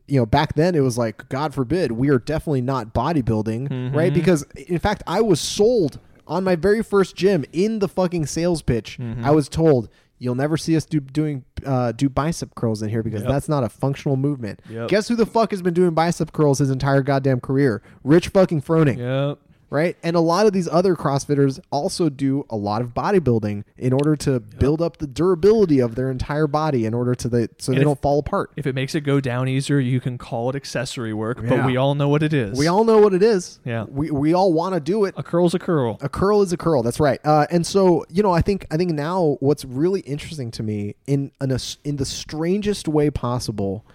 you know back then it was like god forbid we are definitely not bodybuilding Mm-hmm. right because in fact i was sold on my very first gym in the fucking sales pitch Mm-hmm. i was told you'll never see us do doing uh, do bicep curls in here because that's not a functional movement Yep. guess who the fuck has been doing bicep curls his entire goddamn career rich fucking froning (laughs) Yep. right? And a lot of these other CrossFitters also do a lot of bodybuilding in order to build up the durability of their entire body in order to the so they if- don't fall apart. If it makes it go down easier, you can call it accessory work, Yeah. but we all know what it is. We all know what it is. Yeah. we we all want to do it. a curl's a curl. A curl is a curl. That's right. Uh, and so you know, I think I think now what's really interesting to me in an, in the strangest way possible.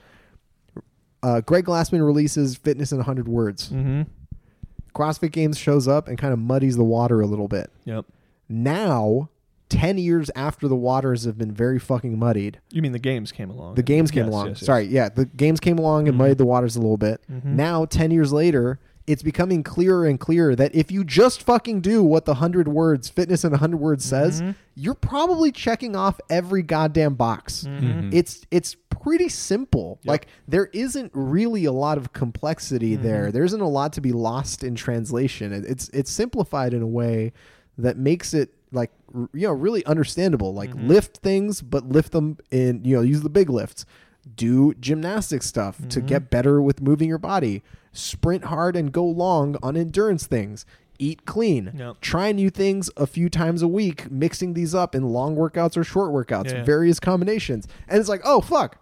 Uh, Greg Glassman releases Fitness in 100 Words. Mm-hmm. CrossFit Games shows up and kind of muddies the water a little bit. Yep. now 10 years after the waters have been very fucking muddied You mean the games came along? the games came Yes, along yes, yes. sorry yeah the games came along and muddied the waters a little bit now 10 years later it's becoming clearer and clearer that if you just fucking do what the 100 words fitness in 100 words says you're probably checking off every goddamn box it's it's pretty simple like there isn't really a lot of complexity there there isn't a lot to be lost in translation It- it's it's simplified in a way that makes it like r- you know really understandable like lift things but lift them in you know use the big lifts do gymnastic stuff to Mm-hmm. get better with moving your body sprint hard and go long on endurance things eat clean Yep. try new things a few times a week mixing these up in long workouts or short workouts Yeah. various combinations and it's like oh fuck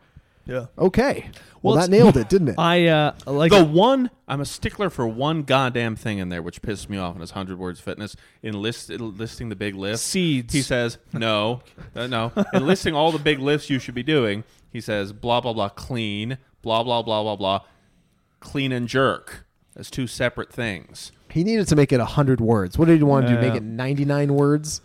Yeah. okay well, Well, that it's- (laughs) nailed it didn't it I uh, like the one I'm a stickler for one goddamn thing in there, which pissed me off in his hundred words fitness in list, listing the big lifts. Seeds. He says no, uh, no. In listing all the big lifts you should be doing, he says blah blah blah clean, blah blah blah blah blah, clean and jerk as two separate things. he needed to make it 100 words what did he want to do Yeah. make it 99 words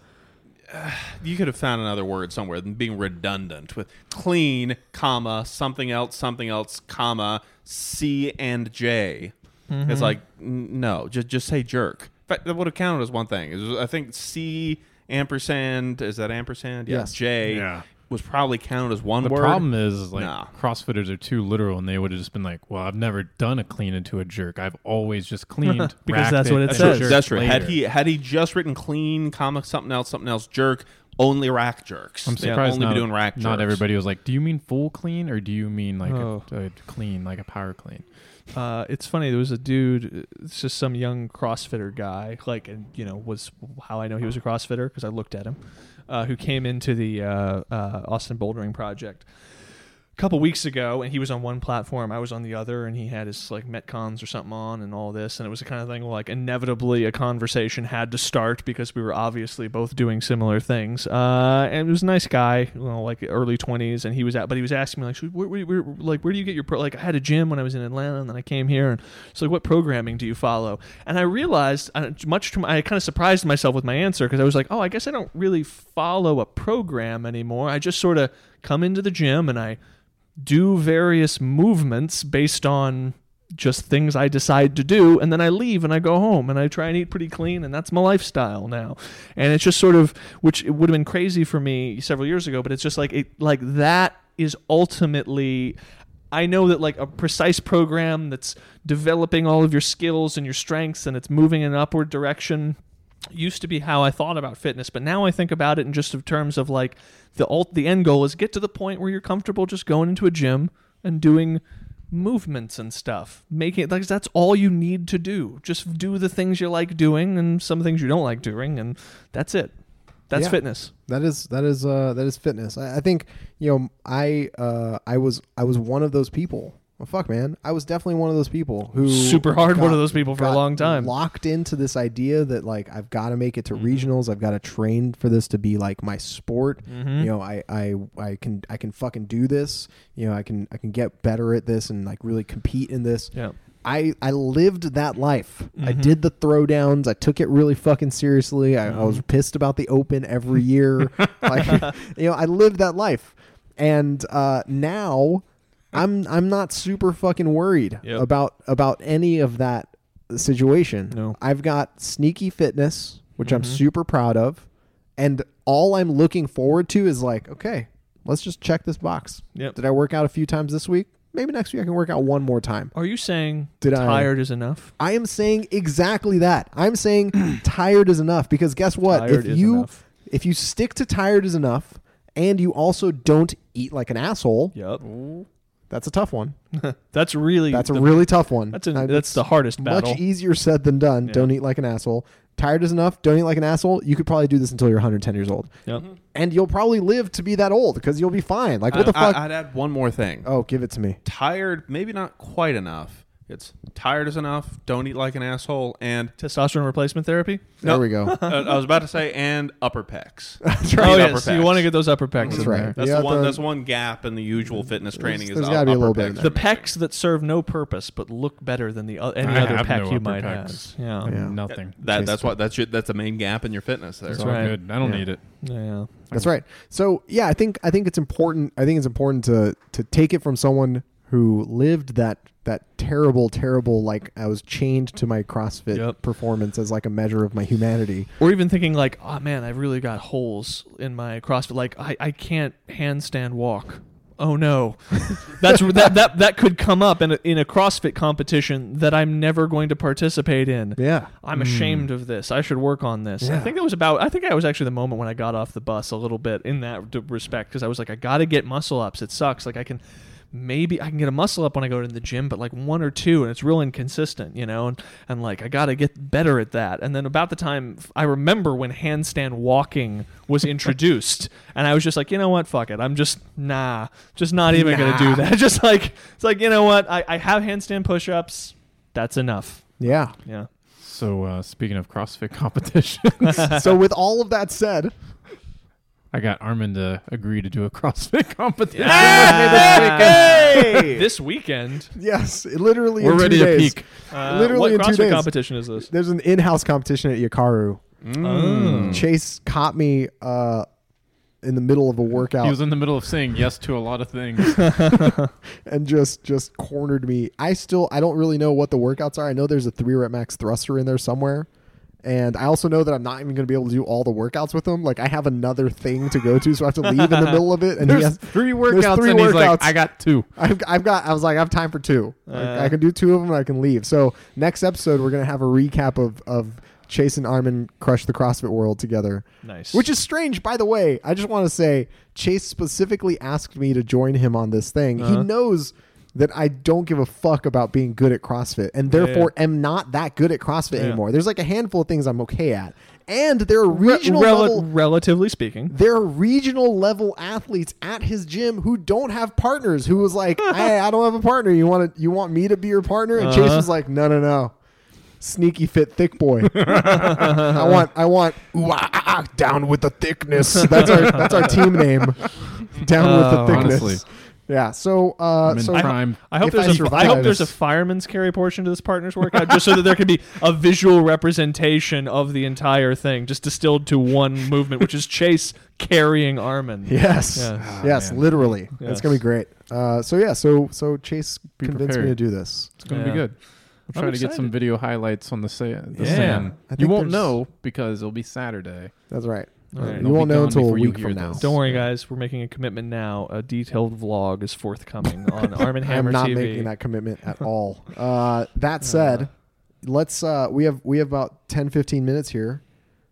You could have found another word somewhere than being redundant with clean, comma something else, something else, comma C and J. Mm-hmm. It's like n- no, just just say jerk. But that would have counted as one thing. It was- I think C ampersand is that ampersand? Yeah, Yes. J Yeah. was probably counted as one The word. problem is, is like Nah. CrossFitters are too literal, and they would have just been like, "Well, I've never done a clean into a jerk. I've always just cleaned Because racked that's what it and that's true. says. jerked That's true. later." Had he had he just written clean, comma something else, something else, jerk, only rack jerks. I'm surprised only not, be doing rack jerks. not everybody was like, "Do you mean full clean or do you mean like Oh. a, a clean, like a power clean?" uh, it's funny. There was a dude. uh, It's just some young CrossFitter guy. Like, and you know, was how I know he was a CrossFitter because I looked at him. Uh, who came into the uh, uh, Austin Bouldering Project? couple weeks ago, and he was on one platform, I was on the other, and he had his like Metcons or something on, and all this, and it was the kind of thing where, like inevitably a conversation had to start because we were obviously both doing similar things. Uh, and it was a nice guy, you know, like early twenties, and he was out, but he was asking me like, so where, where, where, like where do you get your pro? Like I had a gym when I was in Atlanta, and then I came here, and so like what programming do you follow? And I realized, uh, much to my, I kind of surprised myself with my answer because I was like, oh, I guess I don't really follow a program anymore. I just sort of come into the gym and I do various movements based on just things I decide to do, and then I leave and I go home and I try and eat pretty clean, and that's my lifestyle now. And it's just sort of, which it would have been crazy for me several years ago, but it's just like it, like that is ultimately. I know that like a precise program that's developing all of your skills and your strengths and it's moving in an upward direction used to be how I thought about fitness, but now I think about it in just of terms of like the alt, the end goal is get to the point where you're comfortable just going into a gym and doing movements and stuff. Making it like that's all you need to do. Just do the things you like doing and some things you don't like doing and that's it. That's Yeah. fitness. That is that is uh that is fitness. I, I think you know I uh I was I was one of those people. Well, fuck, man, I was definitely one of those people who Super hard one of those people for a got long time. Mm-hmm. Locked into this idea that like I've got to make it to regionals. I've got to train for this to be like my sport. Mm-hmm. You know, I I I can I can fucking do this. You know, I can I can get better at this and like really compete in this. Yeah. I, I lived that life. I Mm-hmm. did the throwdowns. I took it really fucking seriously. I, I was Mm-hmm. pissed about the open every (laughs) year. like, you know, I lived that life. And uh, now I'm I'm not super fucking worried Yep. about about any of that situation. No. Mm-hmm. I've got sneaky fitness, which I'm super proud of. And all I'm looking forward to is like, okay, let's just check this box. Yep. Did I work out a few times this week? Maybe next week I can work out one more time. Are you saying Did I- tired is enough? I am saying exactly that. I'm (clears throat) saying tired is enough because guess what? Tired if is you enough. if you stick to tired is enough and you also don't eat like an asshole, Yep. that's a tough one. That's really That's a the- really tough one. that's an, I- that's the hardest battle. much e easier said than done. Don't eat like an asshole. Tired is enough. Don't eat like an asshole. You could probably do this until you're 110 years old, Yep. and you'll probably live to be that old because you'll be fine. Like what the fuck? I, would add one more thing. oh, give it to me. Tired, maybe not quite enough. It's tired is enough. Don't eat like an asshole. And Testosterone replacement therapy? There No. we (laughs) go. (laughs) uh, I was about to say, and (laughs) upper pecs. That's Oh yeah, so you want to get those upper pecs That's in right. there. That's Yeah, the one. the- that's one gap in the usual fitness training. there's is gotta be a upper little bit in pecs there. are the pecs that serve no purpose but look better than the o- any I other have peck no you upper might pecs. have. Um, Yeah. Yeah. Nothing. That, that's what that's your, that's the main gap in your fitness there. It's right. all good. I don't Yeah. need it. yeah, yeah. That's right. So yeah, I think I think it's important. I think it's important to to take it from someone who lived that that terrible, terrible like I was chained to my CrossFit Yep. performance as like a measure of my humanity. Or even thinking like, oh man, I've really got holes in my CrossFit. Like I, I can't handstand walk. Oh no, that's that that that could come up in a, in a CrossFit competition that I'm never going to participate in. Yeah. I'm ashamed of this. I should work on this. I Yeah. think that was about. I think that was actually the moment when I got off the bus a little bit in that d- respect because I was like, I got to get muscle ups. It sucks. Like I can, maybe I can get a muscle up when I go to the gym, but like one or two, and it's real inconsistent, you know. And and like I got to get better at that. And then about the time I remember when handstand walking was introduced, and I was just like, you know what, fuck it. I'm just nah, just not even gonna do that. (laughs) just like it's like you know what, I, I have handstand push ups. That's enough. Yeah. Yeah. So uh, speaking of CrossFit (laughs) (laughs) competitions, so with all of that said, I got Armin to agree to do a CrossFit competition. (laughs) this weekend. yes, literally We're in two ready to days, peak. Uh, Literally what in two CrossFit days. competition is this? There's an in-house competition at Yakaru. Mm. Hmm. Oh. Chase caught me uh, in the middle of a (laughs) He workout was in the middle of saying yes to a lot of things. and just just cornered me. I still I don't really know what the workouts are. I know there's a three rep max thruster in there somewhere. And I also know that I'm not even going to be able to do all the workouts with him. Like I have another thing to go to, so I have to leave in (laughs) the middle of it. And There's he has three there's workouts, three and he's like, workouts. I got two. I've, I've got. I was like, I have time for two. I, I can do two of them, and I can leave. So next episode, we're gonna have a recap of of Chase and Armin crush the CrossFit world together. Nice. Which is strange, by the way. I just want to say Chase specifically asked me to join him on this thing. He knows that I don't give a fuck about being good at CrossFit and therefore am not that good at CrossFit anymore. There's like a handful of things I'm okay at. And there are regional Rel- level relatively speaking. there are regional level athletes at his gym who don't have partners. Who was (laughs) like, "Hey, I don't have a partner. You want to? You want me to be your partner?" And Uh-huh. Chase was like, "No, no, no, sneaky fit thick boy. (laughs) I want, I want, ooh, ah, ah, ah, down with the thickness. That's our that's our team name. Down Oh, with the thickness. honestly. Yeah. So, uh, I'm in so I- Prime. I hope If I there's a I survive hope there's a this- fireman's carry portion to this partners workout, just so that there can be a visual representation of the entire thing, just distilled to one movement, which is Chase carrying Armin. yes, Yes. yes, Ah, man. literally, it's Yes. gonna be great. Uh, so yeah, so so Chase Be convinced me to prepared. do this. It's gonna Yeah. be good. I'm trying to get some excited. video highlights on the, sa- the Yeah. sand. I You think won't there's- know because it'll be Saturday. That's right. All right. You won't They'll be know gone until a before you week hear from now. this. Don't worry, guys. We're making a commitment now. A detailed vlog is forthcoming (laughs) on Armin Hammer I'm not TV. making that commitment (laughs) at all. Uh, that said, let's uh, we have we have about 10, 15 minutes here.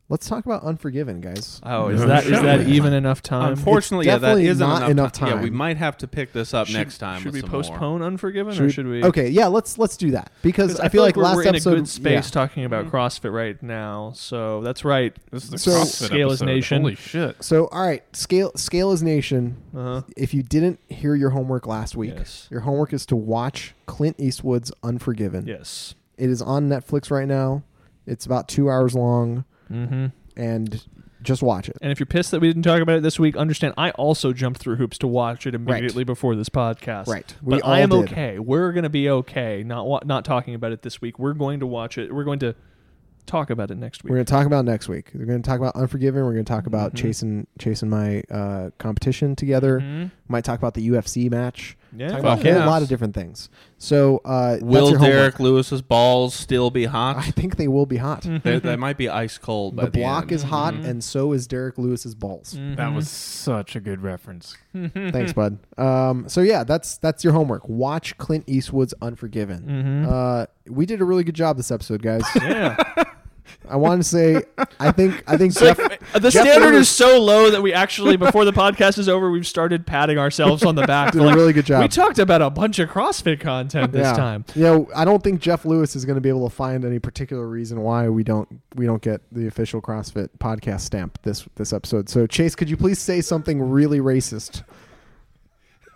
Let's talk about Unforgiven, guys. Oh, is that is that even enough time? Uh, Unfortunately, yeah, that definitely isn't not enough, enough ti- Yeah, we time. might have to pick this up Should- next time. with Should we some more. postpone Unforgiven, or should we? Okay, yeah, let's let's do that because Because I feel like we're, last we're in episode a good space yeah. talking about Mm-hmm. CrossFit right now. So that's right. This is the So- CrossFit Scale is episode. nation. Holy shit! So all right, scale scale is nation. Uh-huh. If you didn't hear your homework last week, Yes. your homework is to watch Clint Eastwood's Unforgiven. Yes. It is on Netflix right now. It's about two hours long, Mm-hmm. and just watch it. And if you're pissed that we didn't talk about it this week, understand I also jumped through hoops to watch it immediately before this podcast. Right. We But I all am did. okay. We're going to be okay not wa- not talking about it this week. We're going to watch it. We're going to talk about it next week. We're going to talk about next week. We're going to talk about Unforgiven. We're going to talk about Mm-hmm. chasing chasing my uh, competition together. Mhm. Might talk about the UFC match. Yeah. talk about Fuck a whole yes. lot of different things. So uh, that's Will your homework. Derek Lewis's balls still be I (laughs) hot? think they will be hot. Mm-hmm. they, they might be ice cold. by The block end. is hot, and so is Derek Lewis's balls. Mm-hmm. That was such a (laughs) good reference. Thanks, bud. Um, so yeah, that's that's your homework. Watch Clint Eastwood's Unforgiven. Uh, we did a really good job this episode, guys. Mm-hmm. yeah. (laughs) I want to say, I think I think Jeff, uh, The Jeff standard Lewis- is so low that we actually, before the podcast is over, we've started patting ourselves on the back. Did a Like, really good job. We talked about a bunch of CrossFit content this yeah. time. You know, I don't think Jeff Lewis is going to be able to find any particular reason why we don't we don't get the official CrossFit podcast stamp this this episode. So Chase, could you please say something really racist?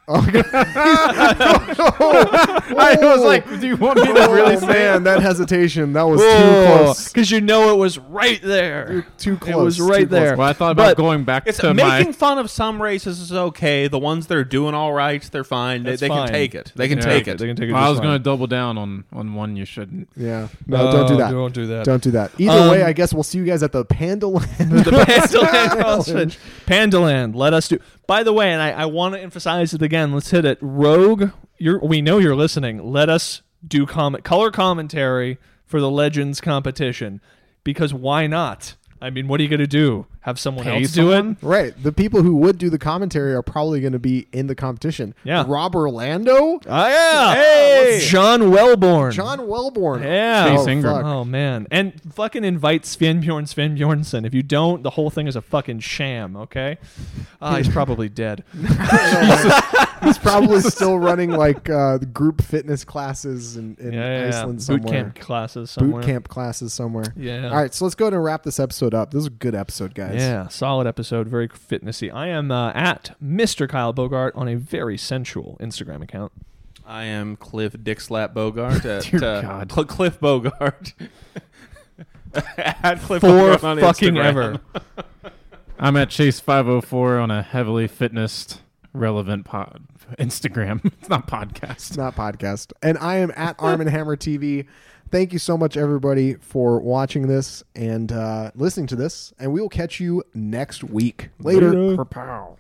(laughs) Oh, God. I was like, Do you want me (laughs) to really oh, say man, that hesitation that was too (laughs) close. Because you know it was right there. Too It close. was right too close. there. Well, I thought But about going back It's to making my. fun of some races is okay. The ones that are doing all right, they're fine. They, That's they can fine. take it. They can Yeah. take it. They can take it. Well, I just was going fine. to double down on on one you shouldn't. Yeah. No, don't do that. Don't do that. Don't do that. Either way, Um, I guess we'll see you guys at the Panda Land. (laughs) the (laughs) Pandaland CrossFit. Pandaland, let us do. By the way, and I, I want to emphasize it again. Let's hit it. Rogue, you're, we know you're listening. Let us do comment color commentary for the Legends competition because why not? I mean, what are you going to do? Have someone Pay else do someone? it? Right. The people who would do the commentary are probably going to be in the competition. Yeah. Rob Orlando, Oh yeah! Hey, John Wellborn. John Wellborn. Yeah. Chase Ingram. fuck. Oh man, and fucking invite Sven Bjorn Sven Bjornson. If you don't, the whole thing is a fucking sham. Okay, Ah, he's probably dead. (laughs) He's probably still running like uh, group fitness classes in, in yeah, yeah, Iceland yeah. somewhere. boot camp classes Boot somewhere. camp classes somewhere. Yeah. All right. So let's go ahead and wrap this episode up. This was a good episode, guys. Yeah, solid episode, very fitnessy. I am uh, at Mr. Kyle Bogart on a very sensual Instagram account. I am Cliff Dick Slap (laughs) Bogart. At, Dear uh, God. Cl- Cliff Bogart. (laughs) at Cliff For Bogart (laughs) on fucking Instagram. (laughs) ever. I'm at Chase 504 on a heavily fitnessed, relevant pod Instagram. (laughs) It's not podcast. It's not podcast. And I am at Arm and Hammer TV. Thank you so much, everybody, for watching this and uh, listening to this. And we will catch you next week. Later. Pow.